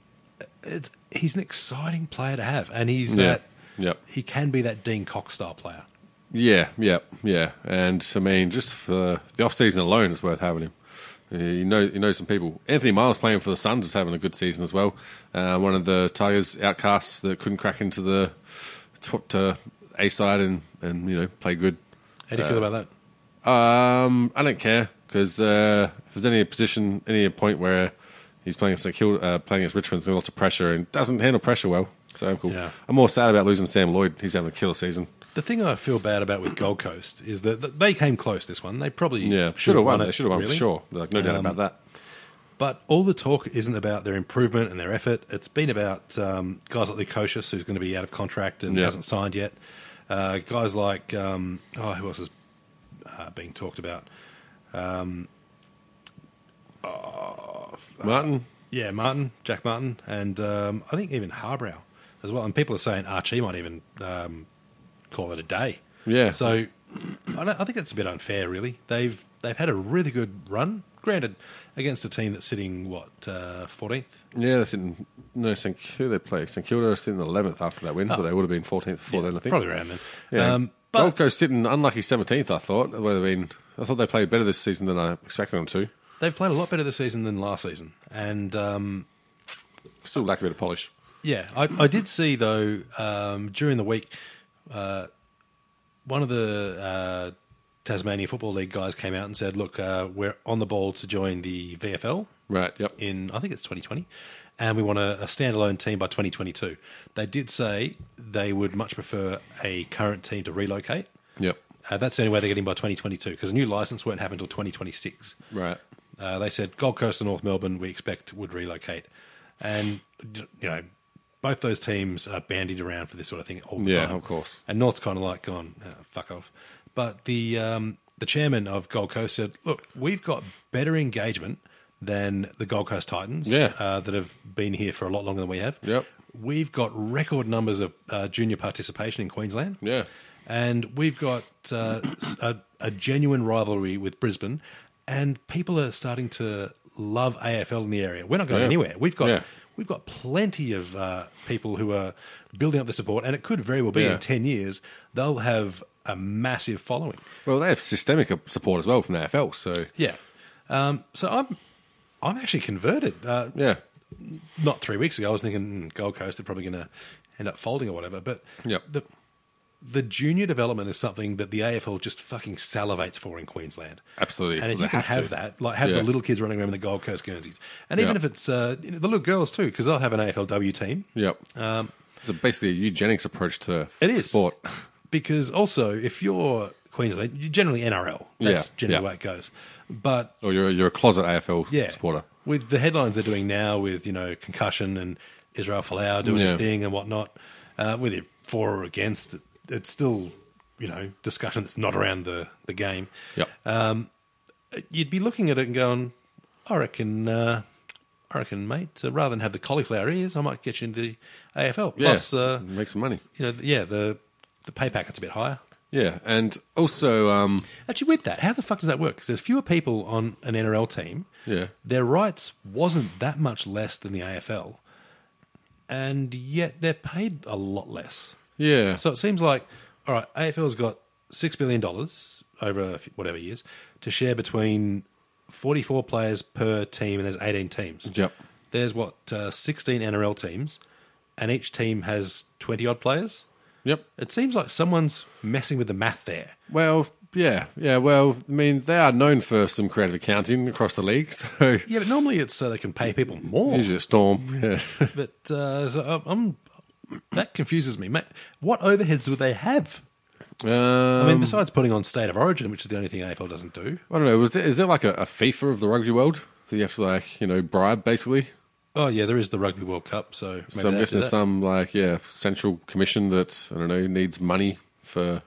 S2: it's, he's an exciting player to have, and he's
S1: Yeah.
S2: that.
S1: Yep.
S2: He can be that Dean Cox style player.
S1: Yeah, yeah, yeah. And I mean, just for the off season alone, it's worth having him. Uh, You know, you know some people. Anthony Miles playing for the Suns is having a good season as well. Uh, one of the Tigers outcasts that couldn't crack into the top to A side and and you know play good.
S2: How do you feel about that?
S1: Um, I don't care because uh, if there's any position, any point where he's playing against Kilda, uh, playing against Richmond, there's lots of pressure and doesn't handle pressure well. So I'm cool.
S2: Yeah.
S1: I'm more sad about losing Sam Lloyd. He's having a killer season.
S2: The thing I feel bad about with Gold Coast is that th- they came close this one. They probably
S1: Yeah, should have won.
S2: it,
S1: They should have won for
S2: really.
S1: sure. Like, no doubt
S2: Um,
S1: about that.
S2: But all the talk isn't about their improvement and their effort. It's been about um, guys like Lukosius, who's going to be out of contract and
S1: Yeah.
S2: hasn't signed yet. Uh, guys like um, oh, who else is uh, being talked about?
S1: Martin,
S2: Yeah, Martin, Jack Martin, and um, I think even Harbrow as well. And people are saying Archie might even um, call it a day.
S1: Yeah.
S2: So I, don't, I think it's a bit unfair, really. They've they've had a really good run, granted, against a team that's sitting what uh, fourteenth.
S1: yeah, they're sitting. No, St Kilda they play. St Kilda are sitting eleventh after that win, but they would have been fourteenth before then. I think
S2: Ah. probably around then.
S1: Yeah.
S2: Um, but
S1: Gold Coast sitting unlucky seventeenth. I thought. Well, I mean, I thought they played better this season than I expected them to.
S2: they've played a lot better this season than last season, and um,
S1: Still lack a bit of polish.
S2: Yeah, I, I did see though um, during the week, uh, one of the uh, Tasmania Football League guys came out and said, "Look, uh, we're on the ball to join the VFL
S1: Right. Yep.
S2: in I think it's 2020, and we want a, a standalone team by 2022." They did say they would much prefer a current team to relocate.
S1: Yep.
S2: Uh, that's the only way they're getting by 2022 because a new license won't happen until 2026.
S1: Right.
S2: Uh, they said Gold Coast and North Melbourne we expect would relocate, and you know both those teams are bandied around for this sort of thing all the
S1: Yeah,
S2: time.
S1: of course.
S2: And North's kind of like gone uh, fuck off, but the um, the chairman of Gold Coast said, look, we've got better engagement than the Gold Coast Titans,
S1: Yeah.
S2: uh, that have been here for a lot longer than we have.
S1: Yep.
S2: We've got record numbers of uh, junior participation in Queensland.
S1: Yeah.
S2: And we've got uh, a, a genuine rivalry with Brisbane, and people are starting to love AFL in the area. We're not going
S1: Yeah.
S2: anywhere. We've got
S1: Yeah.
S2: we've got plenty of uh, people who are building up the support, and it could very well be
S1: Yeah.
S2: in ten years they'll have a massive following.
S1: Well, they have systemic support as well from the AFL. So
S2: Yeah. Um, so I'm I'm actually converted. Uh,
S1: yeah,
S2: not three weeks ago, I was thinking mm, Gold Coast are probably going to end up folding or whatever. But
S1: Yep.
S2: the the junior development is something that the AFL just fucking salivates for in Queensland.
S1: Absolutely.
S2: and if
S1: They
S2: you can
S1: have
S2: have
S1: to.
S2: that, like have
S1: Yeah.
S2: the little kids running around with the Gold Coast Guernseys, and even
S1: Yeah.
S2: if it's uh, you know, the little girls too, because they'll have an AFLW team.
S1: yep. it's basically a eugenics approach to
S2: Um, It is.
S1: sport.
S2: Because also, if you're Queensland, you're generally NRL. That's
S1: Yeah,
S2: generally
S1: yeah.
S2: the way it goes. But
S1: Or you're you're a closet AFL
S2: yeah,
S1: supporter.
S2: With the headlines they're doing now, with you know concussion and Israel Folau doing his
S1: Yeah.
S2: thing and whatnot, uh, whether you're for or against, it, it's still you know discussion that's not around the the game.
S1: Yep.
S2: You'd be looking at it and going, I reckon. Uh, I reckon, mate. Uh, rather than have the cauliflower ears, I might get you into the AFL.
S1: yeah.
S2: Plus, uh,
S1: make some money.
S2: you know, yeah, the the pay packet's a bit higher.
S1: Yeah, and also um,
S2: Actually, with that, how the fuck does that work? Because there's fewer people on an NRL team.
S1: Yeah.
S2: Their rights wasn't that much less than the AFL, and yet they're paid a lot less.
S1: yeah,
S2: So it seems like, all right, AFL's got $6 billion over a few- whatever years to share between 44 players per team, and there's 18 teams.
S1: Yep.
S2: There's what, uh, 16 NRL teams, and each team has 20 odd players.
S1: yep.
S2: It seems like someone's messing with the math there.
S1: Well, yeah, yeah. Well, I mean, they are known for some creative accounting across the league. So
S2: Yeah, but normally it's so they can pay people more.
S1: usually at Storm, yeah.
S2: But uh, so I'm- I'm that confuses me. Mate, what overheads would they have? I
S1: Um,
S2: mean, besides putting on state of origin, which is the only thing AFL doesn't do.
S1: I don't know. Was it, is there like a, a FIFA of the rugby world that you have to like you know bribe basically?
S2: Oh yeah, there is the Rugby World Cup, so maybe
S1: so I'm guessing
S2: they do
S1: there's
S2: that.
S1: some like yeah central commission that I don't know needs money for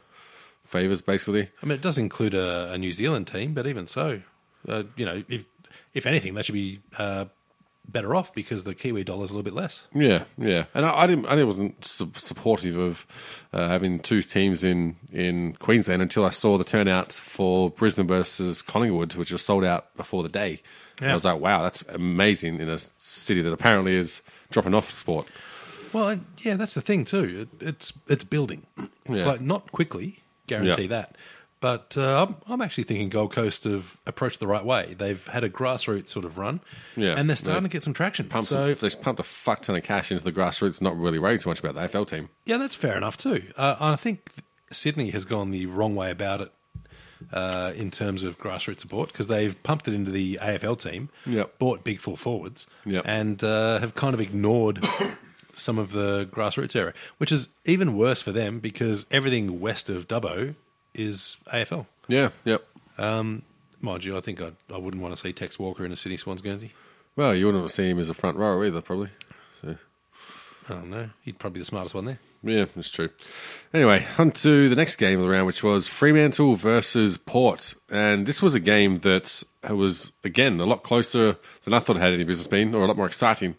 S1: favors basically.
S2: I mean, it does include a, a New Zealand team, but even so, uh, you know, if if anything, that should be uh, better off because the Kiwi dollar's a little bit less.
S1: Yeah, yeah. And I, I didn't. I wasn't su- supportive of uh, having two teams in in Queensland until I saw the turnouts for Brisbane versus Collingwood, which was sold out before the day. And I
S2: Yeah.
S1: was like, wow, that's amazing in a city that apparently is dropping off sport.
S2: Well, and yeah, that's the thing too. It, it's it's building,
S1: Yeah.
S2: like not quickly, guarantee
S1: Yeah.
S2: that. But uh, I'm, I'm actually thinking Gold Coast have approached the right way. They've had a grassroots sort of run,
S1: Yeah.
S2: and they're starting
S1: They
S2: to get some traction.
S1: Pumped,
S2: so
S1: they pumped a fuck ton of cash into the grassroots, not really worried too much about the AFL team.
S2: yeah, that's fair enough too. Uh, I think Sydney has gone the wrong way about it uh, in terms of grassroots support because they've pumped it into the AFL team,
S1: Yep.
S2: bought big full forwards,
S1: Yep.
S2: and uh, have kind of ignored some of the grassroots area, which is even worse for them because everything west of Dubbo is AFL.
S1: Yeah, yep.
S2: Mind you, I think I, I wouldn't want to see Tex Walker in a Sydney Swans Guernsey.
S1: Well, you wouldn't see him as a front rower either, probably. So,
S2: I don't know. He'd probably be the smartest one there.
S1: yeah, that's true. Anyway, on to the next game of the round, which was Fremantle versus Port. And this was a game that was, again, a lot closer than I thought it had any business been, or a lot more exciting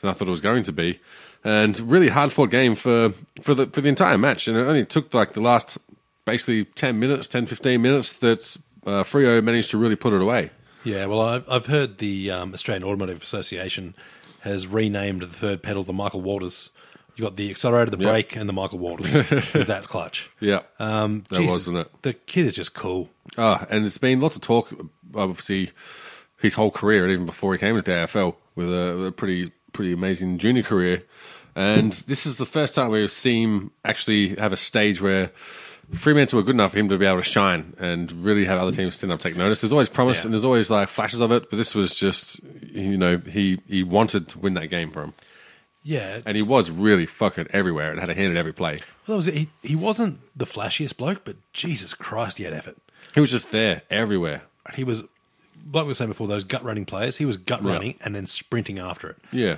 S1: than I thought it was going to be. And really hard fought game for, for, the, for the entire match. And it only took like the last basically 10 minutes, 10, 15 minutes that uh, Frio managed to really put it away.
S2: Yeah, well, I've, I've heard the um, Australian Automotive Association has renamed the third pedal the Michael Walters. You've got the accelerator, the brake, and the Michael Walters is that clutch.
S1: Yeah.
S2: Um,
S1: That
S2: Jesus,
S1: was, wasn't it?
S2: The kid is just cool.
S1: Ah, and it's been lots of talk, obviously, his whole career, and even before he came into the AFL, with a, with a pretty pretty amazing junior career. And this is the first time we've seen him actually have a stage where Fremantle were good enough for him to be able to shine and really have other teams stand up, take notice. There's always promise
S2: Yeah.
S1: and there's always like flashes of it, but this was just, you know, he, he wanted to win that game for him.
S2: Yeah,
S1: and he was really fucking everywhere and had a hand in every play.
S2: well, that was it. He, he wasn't the flashiest bloke, but Jesus Christ, he had effort.
S1: He was just there everywhere.
S2: He was, like we were saying before, those gut running players. He was gut running and then sprinting after it.
S1: Yeah,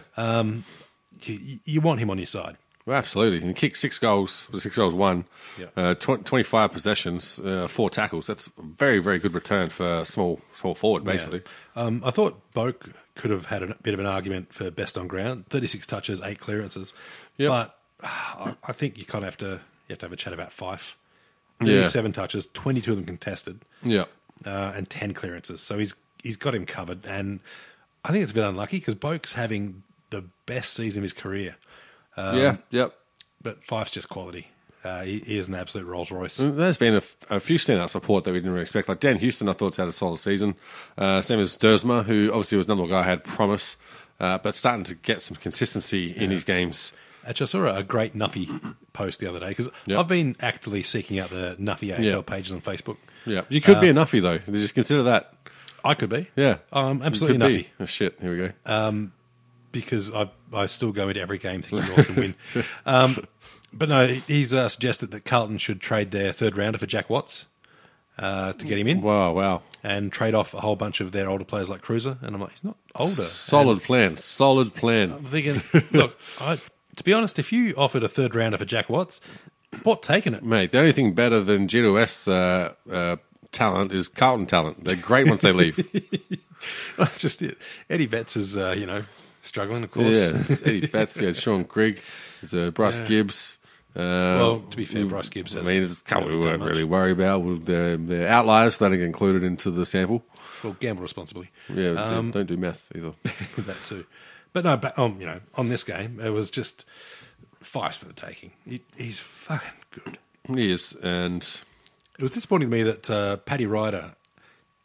S2: You, you want him on your side.
S1: well, absolutely. And he kicked six goals, six goals, one,
S2: Yeah.
S1: uh, tw- twenty-five possessions, uh, four tackles. That's a very, very good return for a small, small forward, basically.
S2: Um, I thought Boak could have had a bit of an argument for best on ground, thirty-six touches, eight clearances.
S1: Yep.
S2: But ah, I I think you kind of have to you have to have a chat about Fife.
S1: Yeah.
S2: Thirty-seven touches, twenty-two of them contested,
S1: Yeah,
S2: uh, and ten clearances. So he's he's got him covered, and I think it's a bit unlucky because Boak's having the best season of his career, Um,
S1: yeah, yep.
S2: but Fife's just quality. Uh, he, he is an absolute Rolls Royce.
S1: There's been a, a few standout support that we didn't really expect. Like Dan Houston, I thought's had a solid season. Uh, same as Dersma, who obviously was another guy who had promise, uh, but starting to get some consistency in his games.
S2: Actually, I saw a great Nuffy post the other day because
S1: Yep.
S2: I've been actively seeking out the Nuffy AFL
S1: Yeah.
S2: pages on Facebook.
S1: Yeah, you could
S2: Uh,
S1: be a nuffy though. Just consider that.
S2: I could be.
S1: Yeah,
S2: Um,
S1: You
S2: absolutely
S1: could be.
S2: Nuffy. Uh,
S1: Oh, shit, here we go.
S2: Because I, I still go into every game thinking North can win. Um, but no, he's uh, suggested that Carlton should trade their third rounder for Jack Watts uh, to get him in
S1: wow, wow,
S2: and trade off a whole bunch of their older players like Cruiser. And I'm like, he's not older.
S1: solid plan, solid plan.
S2: I'm thinking, look, I, to be honest, if you offered a third rounder for Jack Watts, what taking it?
S1: Mate, the only thing better than GWS uh, uh, talent is Carlton talent. They're great once they leave.
S2: That's just it. Eddie Betts is, uh, you know, struggling, of course.
S1: yeah, Eddie Betts, we had Sean Grigg, there's uh, Bryce Gibbs. Uh,
S2: Well, to be fair, Bryce Gibbs
S1: I
S2: has.
S1: mean, there's a couple we
S2: Haven't done
S1: won't
S2: much.
S1: really worry about. Well, They're, they're outliers. They don't get included into the sample.
S2: Well, gamble responsibly.
S1: Yeah,
S2: um,
S1: don't do math either.
S2: that too. But no, but um, you know, on this game, it was just fives for the taking. He, he's fucking good.
S1: he is, and
S2: It was disappointing to me that uh, Paddy Ryder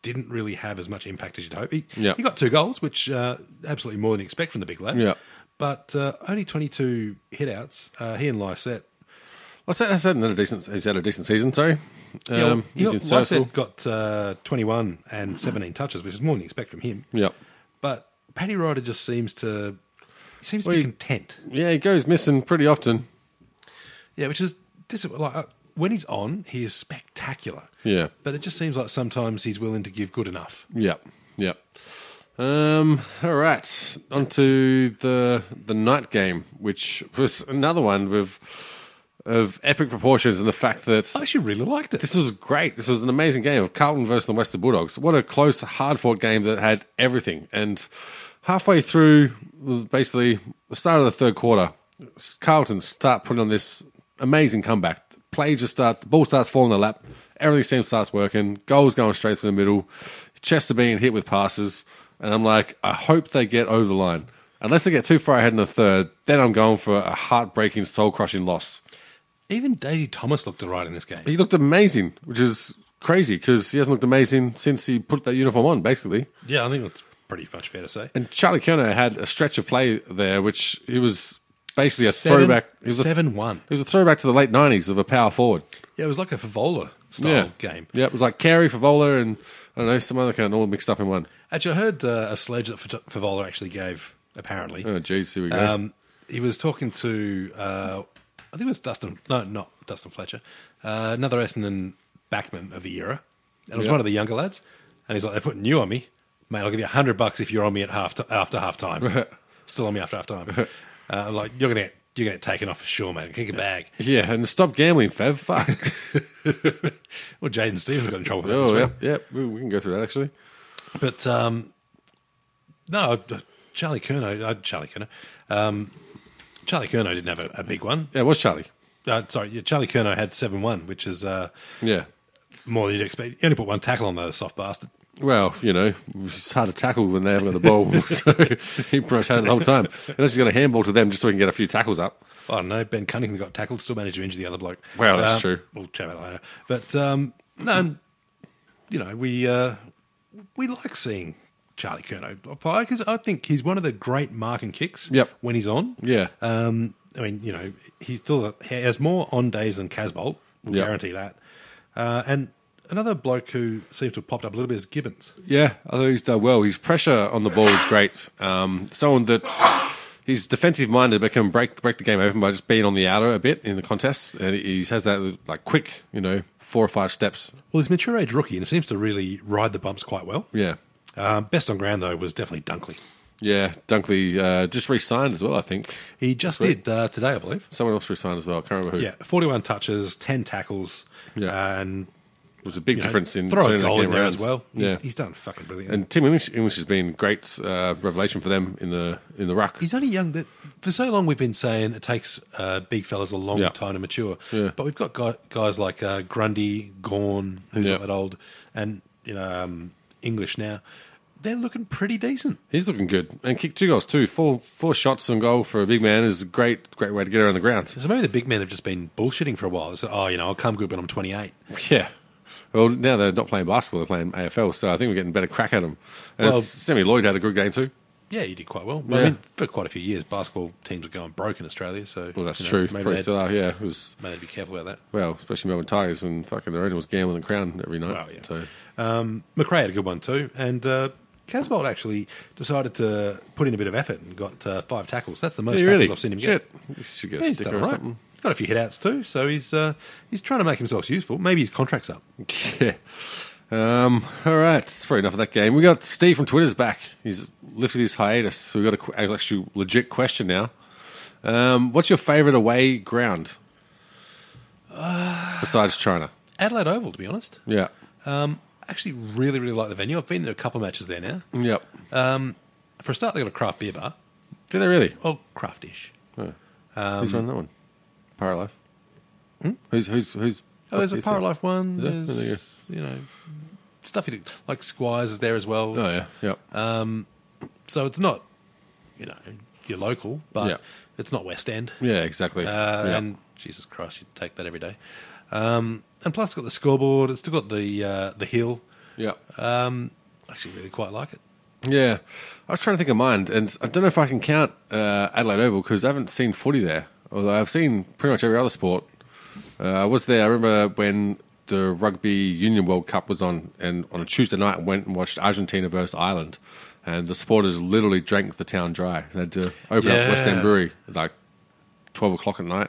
S2: didn't really have as much impact as you'd hope. He,
S1: Yeah.
S2: he got two goals, which uh, absolutely more than you expect from the big lad.
S1: Yeah.
S2: But uh, only 22 hitouts. Uh, he and Lysette.
S1: what's that? Has had another decent. He's had a decent season. Sorry, um,
S2: he
S1: he's
S2: got,
S1: been serviceable.
S2: Lysette got uh, 21 and 17 touches, which is more than you expect from him.
S1: Yeah,
S2: But Paddy Ryder just seems to he seems
S1: Well,
S2: to be
S1: he-
S2: content.
S1: yeah, he goes missing pretty often.
S2: Yeah, which is dis- like uh, when he's on, he is spectacular.
S1: Yeah.
S2: but it just seems like sometimes he's willing to give good enough.
S1: Yep, yep. Um, all right, on to the the night game, which was another one with of epic proportions, and the fact that
S2: I actually really liked it.
S1: this was great. This was an amazing game of Carlton versus the Western Bulldogs. What a close, hard fought game that had everything. And halfway through, basically, the start of the third quarter, Carlton start putting on this amazing comeback. Play just starts, the ball starts falling in the lap, everything seems starts working, goals going straight through the middle, Chester being hit with passes. And I'm like, I hope they get over the line. Unless they get too far ahead in the third, then I'm going for a heartbreaking, soul crushing loss.
S2: Even Daisy Thomas looked alright in this game.
S1: He looked amazing, which is crazy because he hasn't looked amazing since he put that uniform on, basically.
S2: Yeah, I think that's pretty much fair to say.
S1: And Charlie Kerner had a stretch of play there, which he was basically a
S2: Seven-
S1: throwback. He was a,
S2: seven one.
S1: It was a throwback to the late nineties of a power forward
S2: Yeah, it was like a Favola style Oh, game.
S1: Yeah, it was like Carey, Favola, and I don't know some other kind all mixed up in one.
S2: Actually, I heard uh, a sledge that Fa- Favola actually gave. Apparently,
S1: Oh, jeez, here we go.
S2: um, he was talking to uh, I think it was Dustin. No, not Dustin Fletcher. Uh, another Essendon backman of the era, and it was
S1: Yeah.
S2: one of the younger lads. And he's like, "They're putting you on me, mate. I'll give you hundred bucks if you're on me at half t- after half time. Still on me after half time. Uh, I'm like you're gonna get, you're gonna get taken off for sure, man. Kick a bag.
S1: yeah, and stop gambling, Fev. Fuck.
S2: Well, Jaden Stevens got in trouble with that. as
S1: oh,
S2: well.
S1: yep, yep. We, we can go through that actually.
S2: But um, no, uh, Charlie Curno, uh, Charlie Curno, um, Charlie Curno didn't have a, a big one.
S1: Yeah, it was Charlie.
S2: Uh, sorry, yeah, Charlie Curno had seven one, which is uh,
S1: Yeah.
S2: more than you'd expect. He only put one tackle on the soft bastard.
S1: Well, you know, it's hard to tackle when they haven't got the ball. so he pretty much had it the whole time. Unless he's going to handball to them just so he can get a few tackles up.
S2: I don't know. Ben Cunningham got tackled, still managed to injure the other bloke.
S1: Well, that's
S2: Um,
S1: true.
S2: We'll chat about that later. But um, no, and, you know, we uh, we like seeing Charlie Curno fire because I think he's one of the great marking kicks.
S1: Yep.
S2: when he's on.
S1: Yeah.
S2: Um, I mean, you know, he's still he has more on days than Casbolt. We'll
S1: Yep.
S2: guarantee that. Uh, and another bloke who seems to have popped up a little bit is Gibbons.
S1: Yeah, I thought he's done well. His pressure on the ball is great. Um, someone that he's defensive minded, but can break break the game open by just being on the outer a bit in the contest, and he has that like quick, you know, four or five steps.
S2: Well, he's a mature age rookie and seems to really ride the bumps quite well.
S1: Yeah,
S2: Uh, best on ground, though, was definitely Dunkley.
S1: yeah. Dunkley uh, just re-signed as well. I think
S2: He just
S1: Sweet.
S2: did uh, today, I believe.
S1: someone else re-signed as well. I can't remember who.
S2: Yeah, 41 touches, 10 tackles,
S1: Yeah.
S2: and
S1: It was a big
S2: you know,
S1: difference in
S2: throw a
S1: turning that
S2: goal
S1: game
S2: in there
S1: around.
S2: as well. He's,
S1: Yeah.
S2: he's done fucking brilliant.
S1: and Tim English, English has been great uh, revelation for them in the in the ruck.
S2: He's only young. That for so long we've been saying it takes uh, big fellas a long
S1: Yeah.
S2: time to mature.
S1: Yeah.
S2: But we've got guy, guys like uh, Grundy, Gorn, who's
S1: Yeah.
S2: not that old, and you know um, English now. They're looking pretty decent.
S1: He's looking good and kicked two goals too. Four four shots on goal for a big man is a great great way to get around the ground.
S2: So maybe the big men have just been bullshitting for a while. They said, "Oh, you know, I'll come good when I'm 28."
S1: Yeah. Well, now they're not playing basketball; they're playing AFL. So I think we're getting better crack at them. And
S2: Well-
S1: Sammy Lloyd had a good game too.
S2: Yeah, he did quite well. But I
S1: Yeah.
S2: mean, for quite a few years, basketball teams were going broke in Australia. So
S1: Well, that's
S2: you know,
S1: true.
S2: Maybe
S1: Probably
S2: they'd,
S1: still are. Yeah, it was
S2: maybe they'd be careful about that.
S1: well, especially Melbourne Tigers and fucking their owner was gambling the crown every night.
S2: Well, yeah.
S1: So
S2: McRae had a good one too, and uh, Casbolt actually decided to put in a bit of effort and got uh, five tackles. That's the most
S1: Yeah,
S2: tackles
S1: really,
S2: I've seen him
S1: shit.
S2: get.
S1: You should get
S2: Yeah,
S1: a
S2: he's done
S1: sticker or
S2: all right.
S1: something.
S2: He's got a few hit outs too, so he's uh, he's trying to make himself useful. Maybe his contract's up.
S1: Yeah. Um, all right, that's probably enough of that game. We got Steve from Twitter's back. He's lifted his hiatus, so we got a qu- an actual legit question now. Um, what's your favourite away ground besides China?
S2: Adelaide Oval, to be honest.
S1: Yeah,
S2: I actually really, really like the venue. I've been to a couple of matches there now.
S1: yep.
S2: For a start, they've got a craft beer bar.
S1: Did they really?
S2: Well, craftish. Um,
S1: who's run that one? Paralife. Who's who's who's?
S2: Oh, there's a
S1: who's there?
S2: Paralife one.
S1: Is there? Oh, there you
S2: There's, you know, stuff you do. Like Squires is there as well.
S1: Oh yeah, yep.
S2: Uh, So it's not, you know, your local, but
S1: Yeah.
S2: it's not West End.
S1: yeah, exactly.
S2: Uh,
S1: Yep.
S2: And Jesus Christ, you'd take that every day. Um, and plus, it's got the scoreboard. It's still got the uh, the hill.
S1: Yep.
S2: I actually really quite like it.
S1: Yeah, I was trying to think of mine, and I don't know if I can count uh, Adelaide Oval because I haven't seen footy there. Although I've seen pretty much every other sport. Uh, I was there. I remember when the Rugby Union World Cup was on, and on a Tuesday night, I went and watched Argentina versus Ireland, and the supporters literally drank the town dry. They had to open up West End
S2: Yeah.
S1: Brewery at like twelve o'clock at night,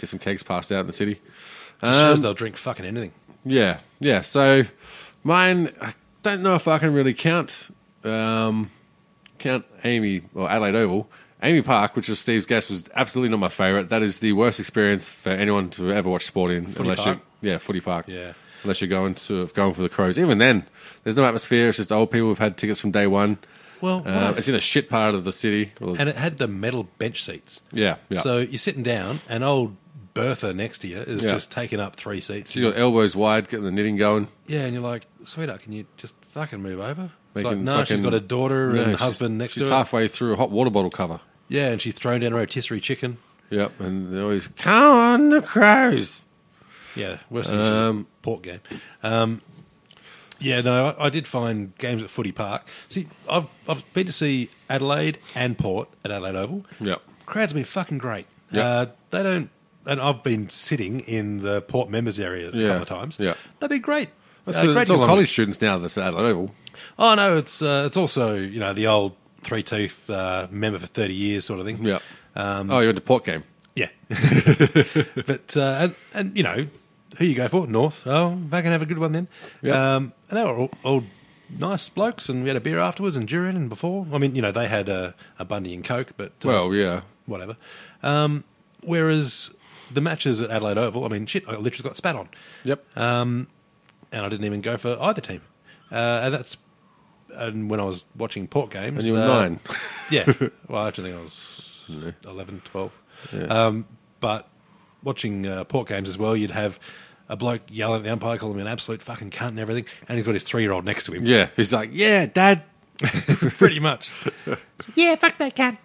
S1: get some kegs passed out in the city.
S2: It
S1: Um,
S2: shows they'll drink fucking anything.
S1: Yeah, yeah. So mine, I don't know if I can really count um, count Amy or Adelaide Oval. Amy Park, which is Steve's guess, was absolutely not my favourite. That is the worst experience for anyone to ever watch sport in, unless
S2: park?
S1: you yeah, footy park.
S2: Yeah.
S1: unless you're going to going for the crows. Even then, there's no atmosphere. It's just old people who've had tickets from day one.
S2: Well, what
S1: Uh,
S2: I-
S1: it's in a shit part of the city. Well,
S2: and it had the metal bench seats.
S1: yeah, yeah.
S2: So you're sitting down, and old Bertha next to you is
S1: Yeah.
S2: just taking up three seats.
S1: you got elbows wide, getting the knitting going.
S2: yeah, and you're like, sweetheart, can you just fucking move over? It's like,
S1: making
S2: no, she's
S1: fucking-
S2: got a daughter
S1: No,
S2: and
S1: she's-
S2: husband next
S1: She's
S2: to her.
S1: halfway through a hot water bottle cover.
S2: Yeah, and she's thrown down a rotisserie chicken.
S1: Yep, and they always come on the crows.
S2: Yeah, worse than um, port game. Um, yeah, no, I, I did find games at Footy Park. See, I've I've been to see Adelaide and Port at Adelaide Oval.
S1: Yep.
S2: crowds have been fucking great.
S1: Yep.
S2: Uh, they don't, and I've been sitting in the Port members area a
S1: Yeah,
S2: couple of times.
S1: yeah.
S2: they've been great.
S1: That's
S2: Uh,
S1: all-
S2: great
S1: it's all
S2: little-
S1: college students now that's at Adelaide Oval.
S2: Oh no, it's uh, it's also you know the old three tooth uh, member for thirty years sort of thing.
S1: Yep. oh, you went to Port game.
S2: Yeah. but, uh, and, and, you know, who you go for? North. Oh, back and have a good one then.
S1: Yeah.
S2: Um, and they were all, all nice blokes, and we had a beer afterwards and during and before. I mean, you know, they had a, a Bundy and Coke, but uh,
S1: Well, yeah.
S2: whatever. Um, whereas the matches at Adelaide Oval, I mean, shit, I literally got spat on,
S1: Yep.
S2: and I didn't even go for either team. Uh, and that's. And when I was watching Port games,
S1: and you were
S2: uh,
S1: nine.
S2: yeah. Well, I actually think I was 11, 12. Um, but watching uh, port games as well, you'd have a bloke yelling at the umpire, calling him an absolute fucking cunt and everything, and he's got his three year old next to him.
S1: yeah. He's like, yeah, Dad.
S2: Pretty much. yeah, fuck that cunt.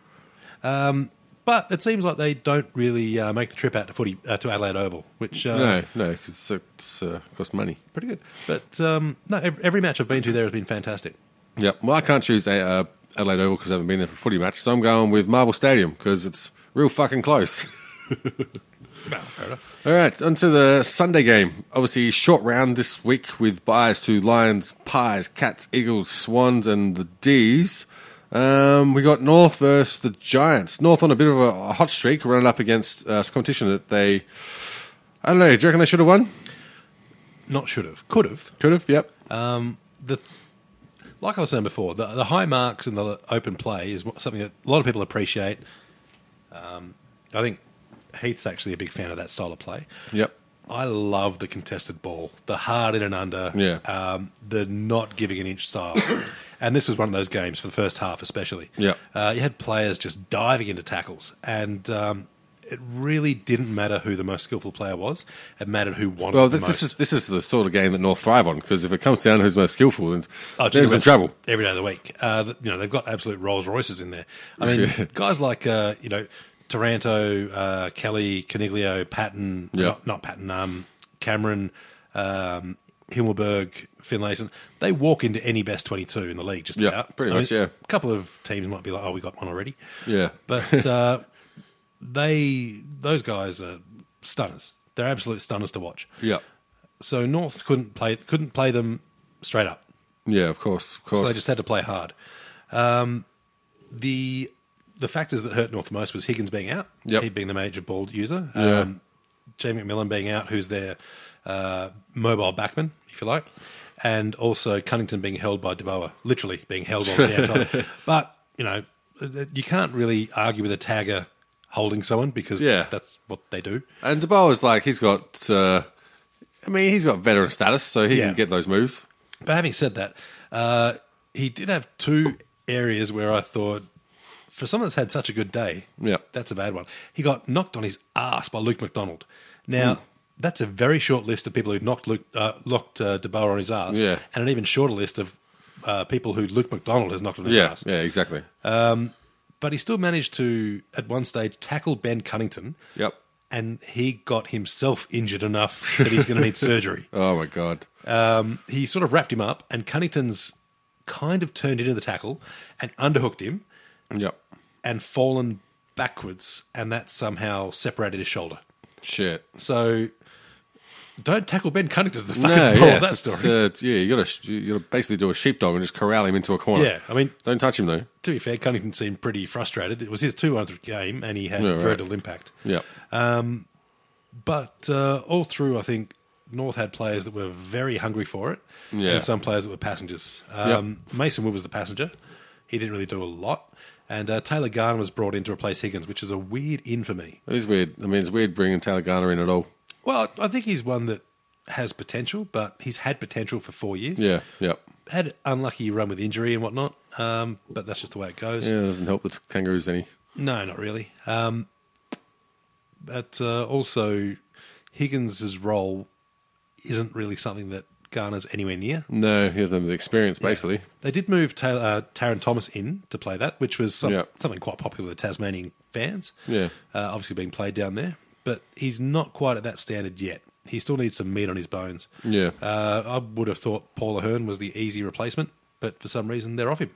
S2: Um, but it seems like they don't really uh, make the trip out to footy uh, to Adelaide Oval, which uh,
S1: No, no, because it's uh, cost money.
S2: pretty good. But um, no, ev- every match I've been to there has been fantastic.
S1: Yep. Well, I can't choose a, uh, Adelaide Oval because I haven't been there for a footy match, so I'm going with Marvel Stadium because it's real fucking close.
S2: Well, fair enough.
S1: All right, onto the Sunday game. Obviously, short round this week with buys to Lions, Pies, Cats, Eagles, Swans, and the D's. Um, we got North versus the Giants. North on a bit of a, a hot streak, running up against uh, some competition that they. I don't know. Do you reckon they should have won?
S2: Not should have, could have.
S1: Could have. Yep.
S2: Uh, the like I was saying before, the, the high marks and the open play is something that a lot of people appreciate. Um, I think Heath's actually a big fan of that style of play.
S1: Yep.
S2: I love the contested ball, the hard in and under,
S1: Yeah.
S2: um, the not giving an inch style. and this was one of those games for the first half, especially.
S1: Yeah.
S2: Uh, you had players just diving into tackles, and um, it really didn't matter who the most skillful player was. It mattered who wanted
S1: Well,
S2: the
S1: this,
S2: most.
S1: this is this is the sort of game that North thrive on because if it comes down to who's most skillful, then
S2: Oh,
S1: they're in
S2: West
S1: trouble.
S2: every day of the week. Uh, th- you know they've got absolute Rolls Royces in there. I mean, guys like uh, you know Taranto, uh, Kelly, Caniglio, Patton,
S1: Yeah.
S2: not, not Patton, um, Cameron, um, Himmelberg, Finlayson. They walk into any best twenty-two in the league. Just
S1: Yeah,
S2: about.
S1: pretty
S2: I
S1: much, yeah.
S2: a couple of teams might be like, oh, we got one already.
S1: Yeah.
S2: but uh, they those guys are stunners. They're absolute stunners to watch.
S1: Yeah.
S2: So North couldn't play couldn't play them straight up.
S1: Yeah. Of course. Of course.
S2: So they just had to play hard. Um, the the factors that hurt North the most was Higgins being out,
S1: Yep.
S2: he being the major ball user,
S1: Yeah.
S2: um, Jay McMillan being out, who's their uh, mobile backman, if you like, and also Cunnington being held by DeBoer, literally being held on the downtime. But you know, you can't really argue with a tagger holding someone because
S1: Yeah.
S2: that's what they do.
S1: and DeBoer is like he's got. Uh, I mean, he's got veteran status, so he
S2: Yeah.
S1: can get those moves.
S2: But having said that, uh, he did have two areas where I thought, for someone that's had such a good day,
S1: Yeah.
S2: that's a bad one. He got knocked on his ass by Luke McDonald. Now,
S1: Hmm.
S2: that's a very short list of people who knocked Luke, uh, knocked uh, DeBoer on his ass,
S1: Yeah.
S2: and an even shorter list of uh, people who Luke McDonald has knocked on his
S1: Yeah.
S2: ass.
S1: Yeah. Exactly.
S2: But he still managed to, at one stage, tackle Ben Cunnington.
S1: yep.
S2: And he got himself injured enough that he's going to need surgery.
S1: Oh my god.
S2: he sort of wrapped him up, and Cunnington's kind of turned into the tackle and underhooked him
S1: Yep.
S2: and fallen backwards, and that somehow separated his shoulder.
S1: Shit.
S2: So don't tackle Ben Cunnington to the fucking
S1: No,
S2: ball
S1: yeah,
S2: of that
S1: it's,
S2: story.
S1: uh, yeah, you got to you got to basically do a sheepdog and just corral him into a corner.
S2: Yeah, I mean-
S1: don't touch him though.
S2: to be fair, Cunnington seemed pretty frustrated. It was his 200th game, and he had
S1: Yeah, right.
S2: very little impact.
S1: Yeah,
S2: But uh, all through, I think North had players that were very hungry for it,
S1: Yeah.
S2: and some players that were passengers. Um, Mason Wood was the passenger; he didn't really do a lot. And uh, Taylor Garn was brought in to replace Higgins, which is a weird in for me.
S1: it is weird. I mean, it's weird bringing Taylor Garner in at all.
S2: Well, I think he's one that has potential, but he's had potential for four years.
S1: Yeah, yeah,
S2: had an unlucky run with injury and whatnot, um, but that's just the way it goes.
S1: yeah. It doesn't help the kangaroos any.
S2: No, not really. Um, but uh, also, Higgins' role isn't really something that Garner's anywhere near.
S1: No, he doesn't have the experience. Basically,
S2: They did move Taylor, uh, Taron Thomas in to play that, which was some,
S1: Yeah.
S2: something quite popular with Tasmanian fans.
S1: Yeah.
S2: Uh, obviously being played down there, but he's not quite at that standard yet. He still needs some meat on his bones.
S1: Yeah.
S2: Uh, I would have thought Paul Ahern was the easy replacement, but for some reason they're off him.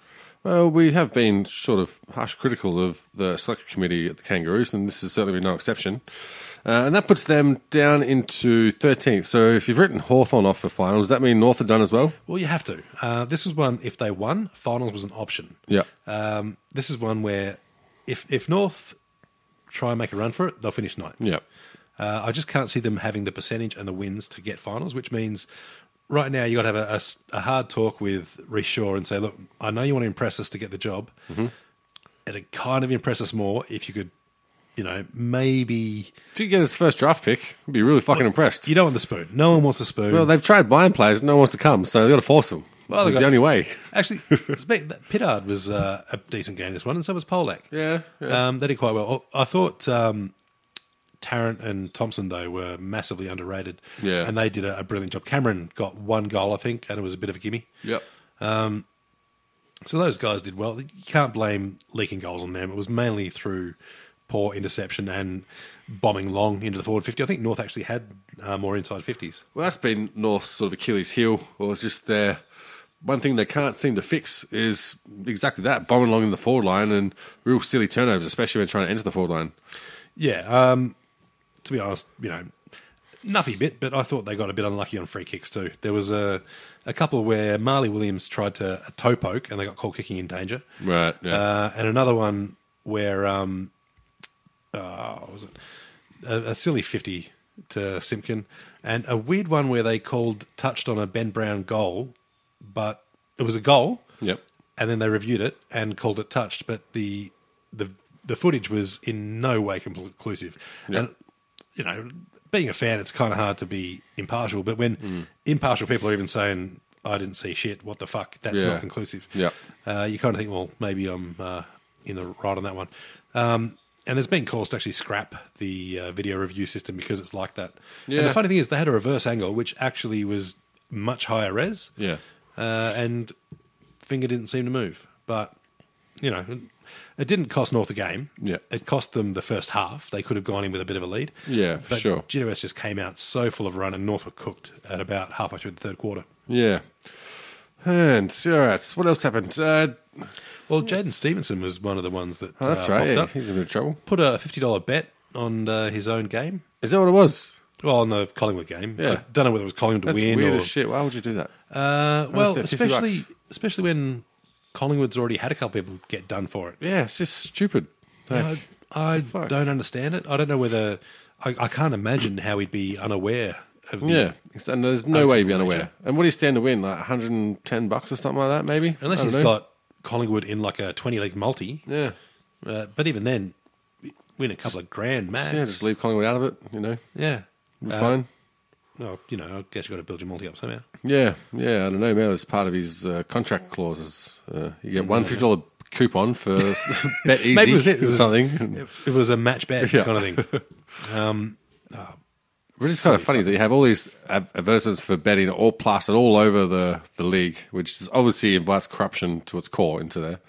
S1: well, we have been sort of harsh critical of the selection committee at the Kangaroos, and this has certainly been no exception. Uh, and that puts them down into 13th. So if you've written Hawthorn off for finals, does that mean North are done as well?
S2: Well, you have to. Uh, this was one, if they won, finals was an option.
S1: Yeah.
S2: Um, this is one where if, if North try and make a run for it, they'll finish ninth.
S1: Yeah.
S2: Uh, I just can't see them having the percentage and the wins to get finals, which means right now you got to have a- a, s- a hard talk with Reece Shaw and say, look, I know you want to impress us to get the job.
S1: Mm-hmm.
S2: It'd kind of impress us more if you could, you know, maybe.
S1: If you get his first draft pick, I'd be really fucking impressed.
S2: You don't want the spoon. No one wants the spoon.
S1: Well, they've tried buying players, no one wants to come, so they've got to force them.
S2: Well,
S1: this
S2: they
S1: is
S2: got-
S1: the only way.
S2: Actually, spe- that- Pittard was uh, a decent game this one, and so was Polak.
S1: Yeah,
S2: Um, they did quite well. I thought um, Tarrant and Thompson though were massively underrated.
S1: Yeah.
S2: and they did a, a brilliant job. Cameron got one goal, I think, and it was a bit of a gimme.
S1: Yep.
S2: So those guys did well. You can't blame leaking goals on them. It was mainly through poor interception and bombing long into the forward fifty. I think North actually had uh, more inside fifties.
S1: Well, that's been North's sort of Achilles heel, or just their one thing they can't seem to fix is exactly that bombing along in the forward line and real silly turnovers, especially when trying to enter the forward line.
S2: Yeah. Um, to be honest, you know, nuffy bit, but I thought they got a bit unlucky on free kicks too. There was a a couple where Marley Williams tried to a toe poke and they got called kicking in danger,
S1: Right. Yeah.
S2: uh, and another one where um, uh, what was it a, a silly fifty to Simpkin, and a weird one where they called touched on a Ben Brown goal, but it was a goal,
S1: yep.
S2: and then they reviewed it and called it touched, but the the the footage was in no way conclusive.
S1: Yeah.
S2: And you know, being a fan, it's kind of hard to be impartial. But when
S1: Mm.
S2: impartial people are even saying, "I didn't see shit," what the fuck? That's
S1: Yeah.
S2: not conclusive.
S1: Yeah.
S2: uh, you kind of think, well, maybe I'm uh, in the right on that one. Um, and there's been calls to actually scrap the uh, video review system because it's like that. And
S1: Yeah.
S2: the funny thing is, they had a reverse angle, which actually was much higher res
S1: Yeah.
S2: uh, and finger didn't seem to move. But you know, it didn't cost North a game.
S1: Yeah.
S2: it cost them the first half. They could have gone in with a bit of a lead.
S1: Yeah, for
S2: but
S1: sure.
S2: GWS just came out so full of run, and North were cooked at about halfway through the third quarter.
S1: Yeah. And all right, so what else happened? Uh,
S2: Well, Jaden Stevenson was one of the ones that
S1: oh, that's
S2: uh,
S1: right.
S2: popped
S1: Yeah,
S2: up.
S1: he's in a bit of trouble.
S2: Put a fifty dollar bet on uh, his own game.
S1: Is that what it was?
S2: Well, on the Collingwood game.
S1: Yeah.
S2: I don't know whether it was Collingwood to
S1: That's
S2: win
S1: weird
S2: or
S1: as shit. Why would you do that?
S2: Uh, well,
S1: there, 50
S2: especially
S1: bucks?
S2: especially when Collingwood's already had a couple people get done for it.
S1: Yeah, it's just stupid.
S2: I, I
S1: fuck?
S2: don't understand it. I don't know whether I, I can't imagine how he'd be unaware of the,
S1: Yeah, it's- and there's no way you'd be
S2: Major.
S1: unaware. And what do you stand to win? Like 110 bucks or something like that, maybe.
S2: unless
S1: I don't
S2: he's
S1: know.
S2: got Collingwood in like a twenty leg multi.
S1: yeah,
S2: Uh, but even then, win a couple of grand max.
S1: yeah, just leave Collingwood out of it. You know,
S2: Yeah.
S1: We're
S2: Uh,
S1: fine.
S2: Well, you know, I guess you got to build your multi up somehow.
S1: Yeah, yeah, I don't know. Maybe it's part of his uh, contract clauses. Uh, you get one fifty dollar coupon for bet easy
S2: Maybe it was it. It
S1: or
S2: was
S1: something.
S2: It, it was a match bet
S1: Yeah.
S2: kind of thing.
S1: But it's kind of funny that you have all these ad- advertisements for betting all plastered all over the, the league, which is obviously invites corruption to its core into there.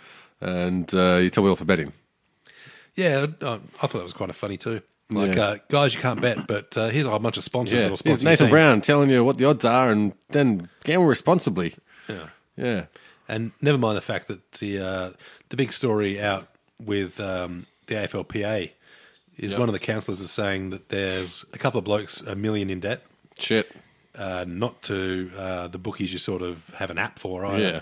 S1: And uh, you tell me all for betting.
S2: Yeah, I, I thought that was quite a funny too. Like,
S1: Yeah.
S2: uh, guys, you can't bet, but uh, here's a whole bunch of sponsors
S1: Yeah,
S2: that'll
S1: here's
S2: sponsor your
S1: Nathan
S2: team.
S1: Brown telling you what the odds are, and then gamble responsibly.
S2: Yeah.
S1: Yeah,
S2: And never mind the fact that the uh, the big story out with um, the AFLPA is one of the councillors is saying that there's a couple of blokes a million in debt,
S1: shit.
S2: uh, not to uh, the bookies you sort of have an app for either.
S1: Yeah,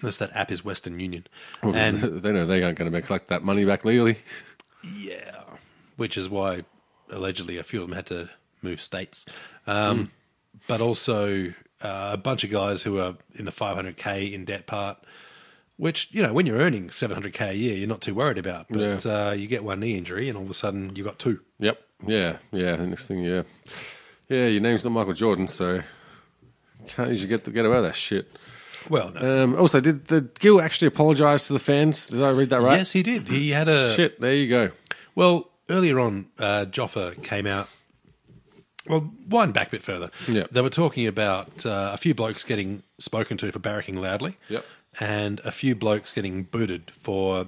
S2: Unless that app is Western Union. and
S1: and they know they aren't going to collect that money back legally.
S2: yeah, which is why allegedly a few of them had to move states.
S1: Hmm.
S2: Um, But also uh, a bunch of guys who are in the 500k in debt part. which you know when you're earning 700k a year you're not too worried about but uh, you get one knee injury and all of a sudden you've got two
S1: Yep. Yeah. Yeah. The next thing, yeah, yeah. Your name's not Michael Jordan, so can't usually get get away with that shit.
S2: well no.
S1: Um, also, did the Gill actually apologise to the fans? Did I read that right?
S2: yes he did he had a
S1: Shit. There you go.
S2: well earlier on uh, Joffa came out well wind back a bit further
S1: Yeah.
S2: they were talking about uh, a few blokes getting spoken to for barracking loudly
S1: Yep.
S2: and a few blokes getting booted for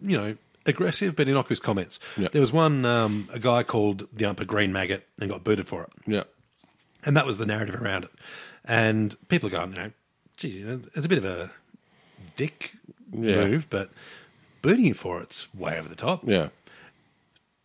S2: you know aggressive but innocuous comments
S1: Yeah.
S2: there was one um, a guy called the ump a green maggot and got booted for it
S1: Yeah.
S2: And that was the narrative around it. And people are going, you know, geez, you know, it's a bit of a dick
S1: Yeah.
S2: move, but booting you for it's way over the top.
S1: Yeah.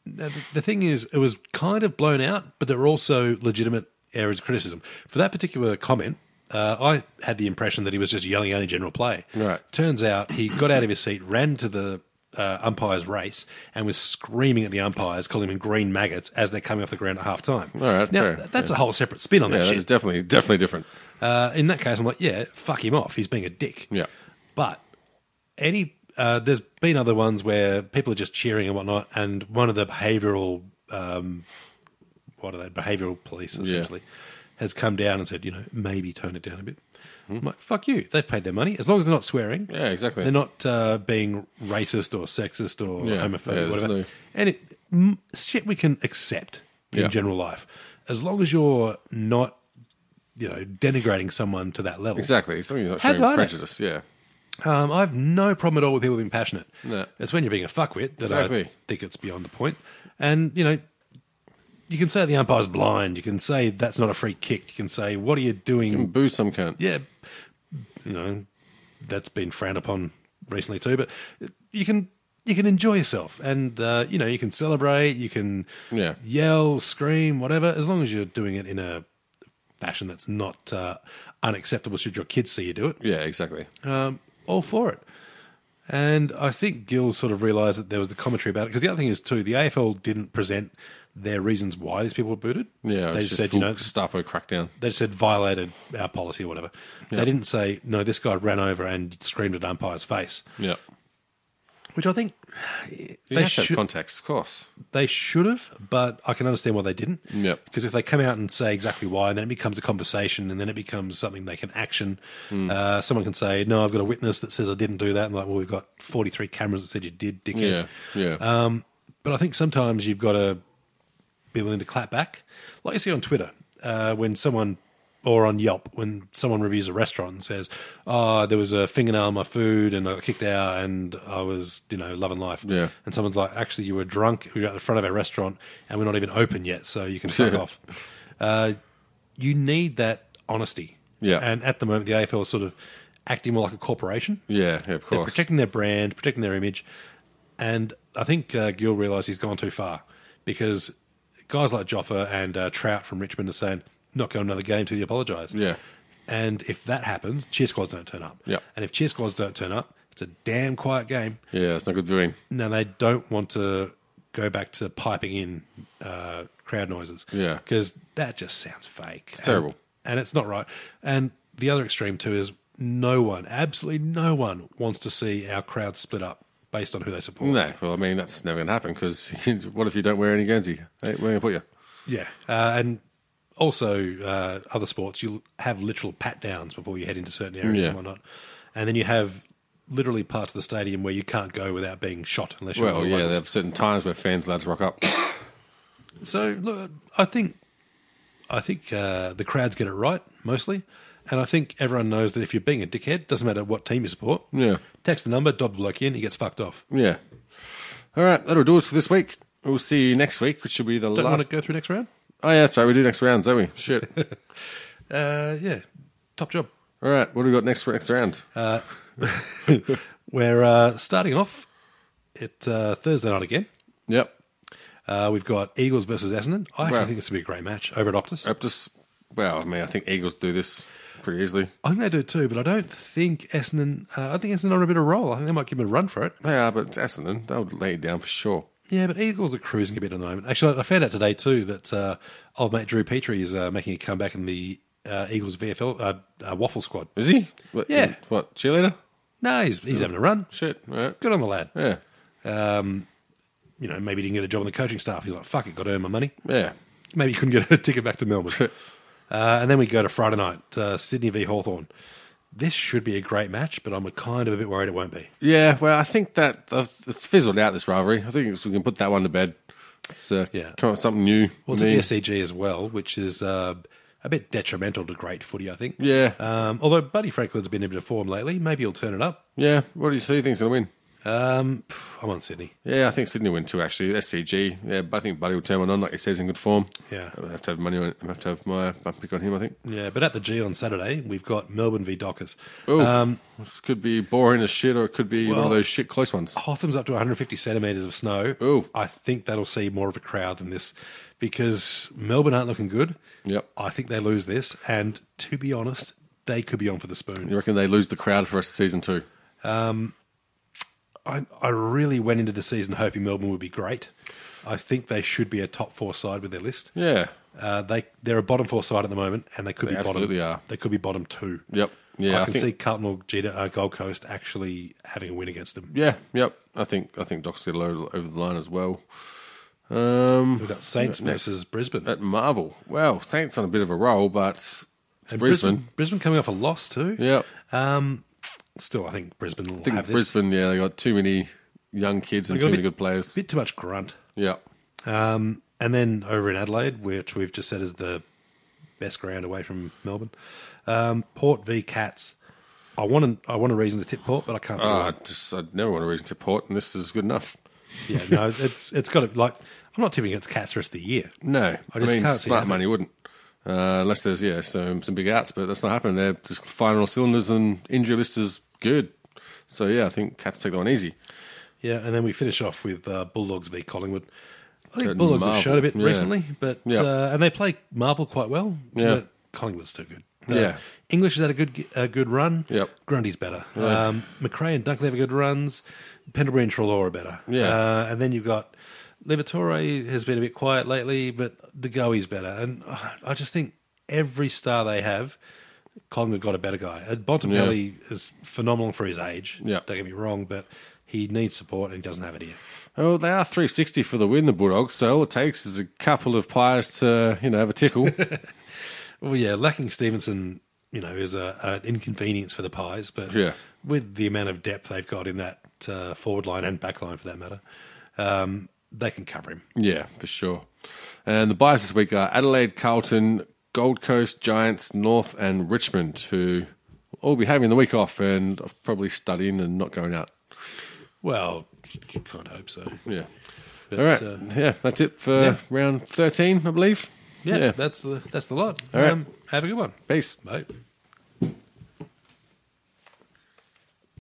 S2: Now, the, the thing is, it was kind of blown out, but there were also legitimate areas of criticism. For that particular comment, uh, I had the impression that he was just yelling only general play.
S1: Right.
S2: Turns out he got out of his seat, ran to the uh, umpire's race, and was screaming at the umpires, calling them green maggots as they're coming off the ground at half time.
S1: All right,
S2: now,
S1: fair,
S2: th- that's a whole separate spin on
S1: Yeah.
S2: that
S1: That
S2: shit.
S1: is definitely definitely different.
S2: Uh, in that case, I'm like, yeah, fuck him off. He's being a dick.
S1: Yeah.
S2: But any, uh, there's been other ones where people are just cheering and whatnot, and one of the behavioural, um, what are they, behavioural police essentially, has come down and said, you know, maybe tone it down a bit. I'm like, fuck you. They've paid their money. As long as they're not swearing,
S1: Hmm. Yeah. Exactly.
S2: they're not uh, being racist or sexist or
S1: Yeah, yeah,
S2: homophobic,
S1: there's
S2: whatever.
S1: no-
S2: And it, m- shit we can accept in
S1: Yeah.
S2: general life, as long as you're not, you know, denigrating someone to that level.
S1: exactly. As long as you're not
S2: Have
S1: showing
S2: at it.
S1: prejudice. Yeah.
S2: Um, I have no problem at all with people being passionate.
S1: No.
S2: It's when you're being a fuckwit that I
S1: Exactly.
S2: think it's beyond the point. And you know, you can say the umpire's blind. You can say that's not a free kick. You can say what are you doing?
S1: Boo some cunt.
S2: yeah, you know, that's been frowned upon recently too. But you can you can enjoy yourself, and uh, you know you can celebrate, you can
S1: Yeah.
S2: yell, scream, whatever, as long as you're doing it in a fashion that's not uh, unacceptable should your kids see you do it.
S1: Yeah, exactly.
S2: Um, all for it. And I think Gill sort of realised that there was the commentary about it because the other thing is too the AFL didn't present their reasons why these people were booted.
S1: Yeah,
S2: they
S1: it's
S2: just
S1: just
S2: said you
S1: full
S2: know
S1: Gestapo crackdown.
S2: they just said violated our policy or whatever. They didn't say no. This guy ran over and screamed at umpire's face,
S1: Yeah,
S2: which I think
S1: you
S2: they
S1: have to have
S2: should
S1: context, of course.
S2: they should have. But I can understand why they didn't.
S1: Yep.
S2: Because if they come out and say exactly why, and then it becomes a conversation, and then it becomes something they can action.
S1: Hmm.
S2: Uh, someone can say, "No, I've got a witness that says I didn't do that," and like, well, we've got forty three cameras that said you did, dickhead.
S1: Yeah, yeah,
S2: Um, But I think sometimes you've got to be willing to clap back, like you see on Twitter uh, when someone or on Yelp when someone reviews a restaurant and says, "Oh, there was a fingernail on my food and I got kicked out and I was, you know, loving life."
S1: Yeah.
S2: And someone's like, "Actually, you were drunk. We were at the front of our restaurant and we're not even open yet, so you can fuck off." Uh, you need that honesty.
S1: Yeah.
S2: And at the moment, the AFL is sort of acting more like a corporation.
S1: yeah, yeah, of
S2: They're
S1: course.
S2: protecting their brand, protecting their image. And I think uh, Gill realised he's gone too far because guys like Joffa and uh, Trout from Richmond are saying, not going another game till you apologise.
S1: Yeah.
S2: And if that happens, cheer squads don't turn up.
S1: Yeah.
S2: And if cheer squads don't turn up, it's a damn quiet game.
S1: yeah, it's not good viewing.
S2: No, they don't want to go back to piping in uh, crowd noises.
S1: Yeah.
S2: Because that just sounds fake. It's
S1: terrible.
S2: And it's not right. And the other extreme, too, is no one, absolutely no one, wants to see our crowd split up based on who they support.
S1: No, well, I mean that's never going to happen because what if you don't wear any Guernsey? Hey, where are going to put you?
S2: Yeah. Uh, and also, uh, other sports, you'll have literal pat downs before you head into certain areas
S1: Yeah.
S2: and whatnot. And then you have literally parts of the stadium where you can't go without being shot unless you're
S1: Well,
S2: on the
S1: yeah,
S2: locals.
S1: there are certain times where fans allowed to rock up.
S2: So look, I think I think uh, the crowds get it right mostly, and I think everyone knows that if you're being a dickhead, doesn't matter what team you support.
S1: Yeah.
S2: Text the number, dob the bloke in, he gets fucked off.
S1: Yeah. All right, that'll do us for this week. We'll see you next week, which should be the
S2: Don't want
S1: last.
S2: to go through next round.
S1: Oh yeah, sorry, we do next rounds, don't we? Shit.
S2: Uh, yeah, top job.
S1: All right, what do we got next next round?
S2: Uh, We're uh, starting off at uh, Thursday night again.
S1: yep,
S2: Uh, we've got Eagles versus Essendon. I actually
S1: Wow.
S2: think this will be a great match over at Optus.
S1: Raptors. Well, I mean, I think Eagles do this pretty easily.
S2: I think they do too, but I don't think Essendon. Uh, I think Essendon are on a bit of a roll. I think they might give them a run for it.
S1: They are, but it's Essendon. They'll lay it down for sure.
S2: Yeah, but Eagles are cruising a bit at the moment. Actually, I found out today too that uh, old mate Drew Petrie is uh, making a comeback in the uh, Eagles VFL uh, uh, waffle squad.
S1: Is he? What,
S2: Yeah.
S1: What cheerleader?
S2: No, he's he's having a run.
S1: Shit. All right.
S2: Good on the lad.
S1: Yeah.
S2: You know, maybe he didn't get a job on the coaching staff. He's like, fuck it, got to earn my money.
S1: Yeah.
S2: Maybe he couldn't get a ticket back to Melbourne. uh, and then we go to Friday night, uh, Sydney v Hawthorn. This should be a great match, but I'm kind of a bit worried it won't be.
S1: Yeah. Well, I think that it's fizzled out this rivalry. I think it's, we can put that one to bed. It's uh,
S2: Yeah.
S1: come up with something new.
S2: Well, it's
S1: I mean,
S2: a DSCG E as well, which is uh, a bit detrimental to great footy, I think.
S1: Yeah.
S2: Um, although Buddy Franklin's been in a bit of form lately, maybe he'll turn it up.
S1: yeah. What do you see? Things gonna win?
S2: Um, pff, I'm on Sydney.
S1: Yeah, I think Sydney win too. Actually, SCG. Yeah, but I think Buddy will turn one on. Like he says, he's in good form.
S2: Yeah.
S1: I have to have money. On, I have to have my, my pick on him. I think.
S2: Yeah, but at the G on Saturday, we've got Melbourne v Dockers.
S1: Oh,
S2: Um,
S1: this could be boring as shit, or it could be one
S2: Well-
S1: of those shit close ones.
S2: Hotham's up to 150 centimetres of snow.
S1: Ooh.
S2: I think that'll see more of a crowd than this because Melbourne aren't looking good.
S1: Yep.
S2: I think they lose this. And to be honest, they could be on for the spoon.
S1: You reckon they lose the crowd for us season two?
S2: I, I really went into the season hoping Melbourne would be great. I think they should be a top four side with their list.
S1: Yeah.
S2: Uh, they they're a bottom four side at the moment, and they could be
S1: absolutely
S2: bottom.
S1: are.
S2: They could be bottom two.
S1: Yep. Yeah.
S2: I,
S1: I,
S2: can
S1: think,
S2: see Carlton or Gita, uh, Gold Coast actually having a win against them.
S1: Yeah. Yep. I think I think Doc's get over over the line as well. Um,
S2: We've got Saints
S1: Next.
S2: versus Brisbane.
S1: at Marvel. Well, Saints on a bit of a roll, but it's
S2: And
S1: Brisbane.
S2: Brisbane. Brisbane coming off a loss too.
S1: Yeah.
S2: Um, still, I think Brisbane will
S1: I think
S2: have Ah, this.
S1: Brisbane. Yeah, they got too many young kids and
S2: They got
S1: too
S2: a
S1: many
S2: bit-
S1: good players.
S2: Bit too much grunt.
S1: Yeah.
S2: Um, and then over in Adelaide, which we've just said is the best ground away from Melbourne, um, Port v Cats. I want a, I want a reason to tip Port, but I can't. think of
S1: Oh, I
S2: one.
S1: just I never want a reason to port, and this is good enough.
S2: Yeah, no, it's it's got to like I'm not tipping against Cats the rest of the year.
S1: No, I,
S2: just
S1: mean
S2: can't see it
S1: smart
S2: happening.
S1: money wouldn't, uh, unless there's yeah some some big outs, but that's not happening. They're just firing on all cylinders, and injury list is good. So yeah, I think Cats take that one easy.
S2: Yeah, and then we finish off with uh, Bulldogs v Collingwood. I think
S1: Good
S2: Bulldogs
S1: Marvel,
S2: have showed a bit
S1: yeah.
S2: recently, but
S1: Yeah.
S2: uh, and they play Marvel quite well.
S1: Yeah.
S2: but Collingwood's too good. Uh,
S1: Yeah.
S2: English has had a good a good run.
S1: Yep.
S2: Grundy's better.
S1: Yeah.
S2: Um, McRae and Dunkley have good runs. Pendlebury and Trelaw are better.
S1: Yeah.
S2: uh, and then you've got Liberatore has been a bit quiet lately, but Degoe's better. And uh, I just think every star they have, Collingwood got a better guy. Uh, Bontempelli is phenomenal for his age.
S1: Yeah.
S2: Don't get me wrong, but he needs support and he doesn't have it here.
S1: Oh, they are 360 for the win, the Bulldogs. So all it takes is a couple of pies to, you know, have a tickle.
S2: Well, yeah, lacking Stevenson, you know, is a, an inconvenience for the Pies, but
S1: Yeah.
S2: with the amount of depth they've got in that uh, forward line and back line for that matter, um, they can cover him.
S1: yeah, for sure. And the buys this week are Adelaide, Carlton, Gold Coast, Giants, North, and Richmond, who all be having the week off and probably studying and not going out.
S2: Well, you can't hope so.
S1: Yeah.
S2: But,
S1: all right.
S2: uh,
S1: yeah, that's it for
S2: yeah.
S1: round 13, I believe.
S2: Yeah, that's the that's the lot. Um,
S1: All right.
S2: have a good one.
S1: Peace.
S2: Bye.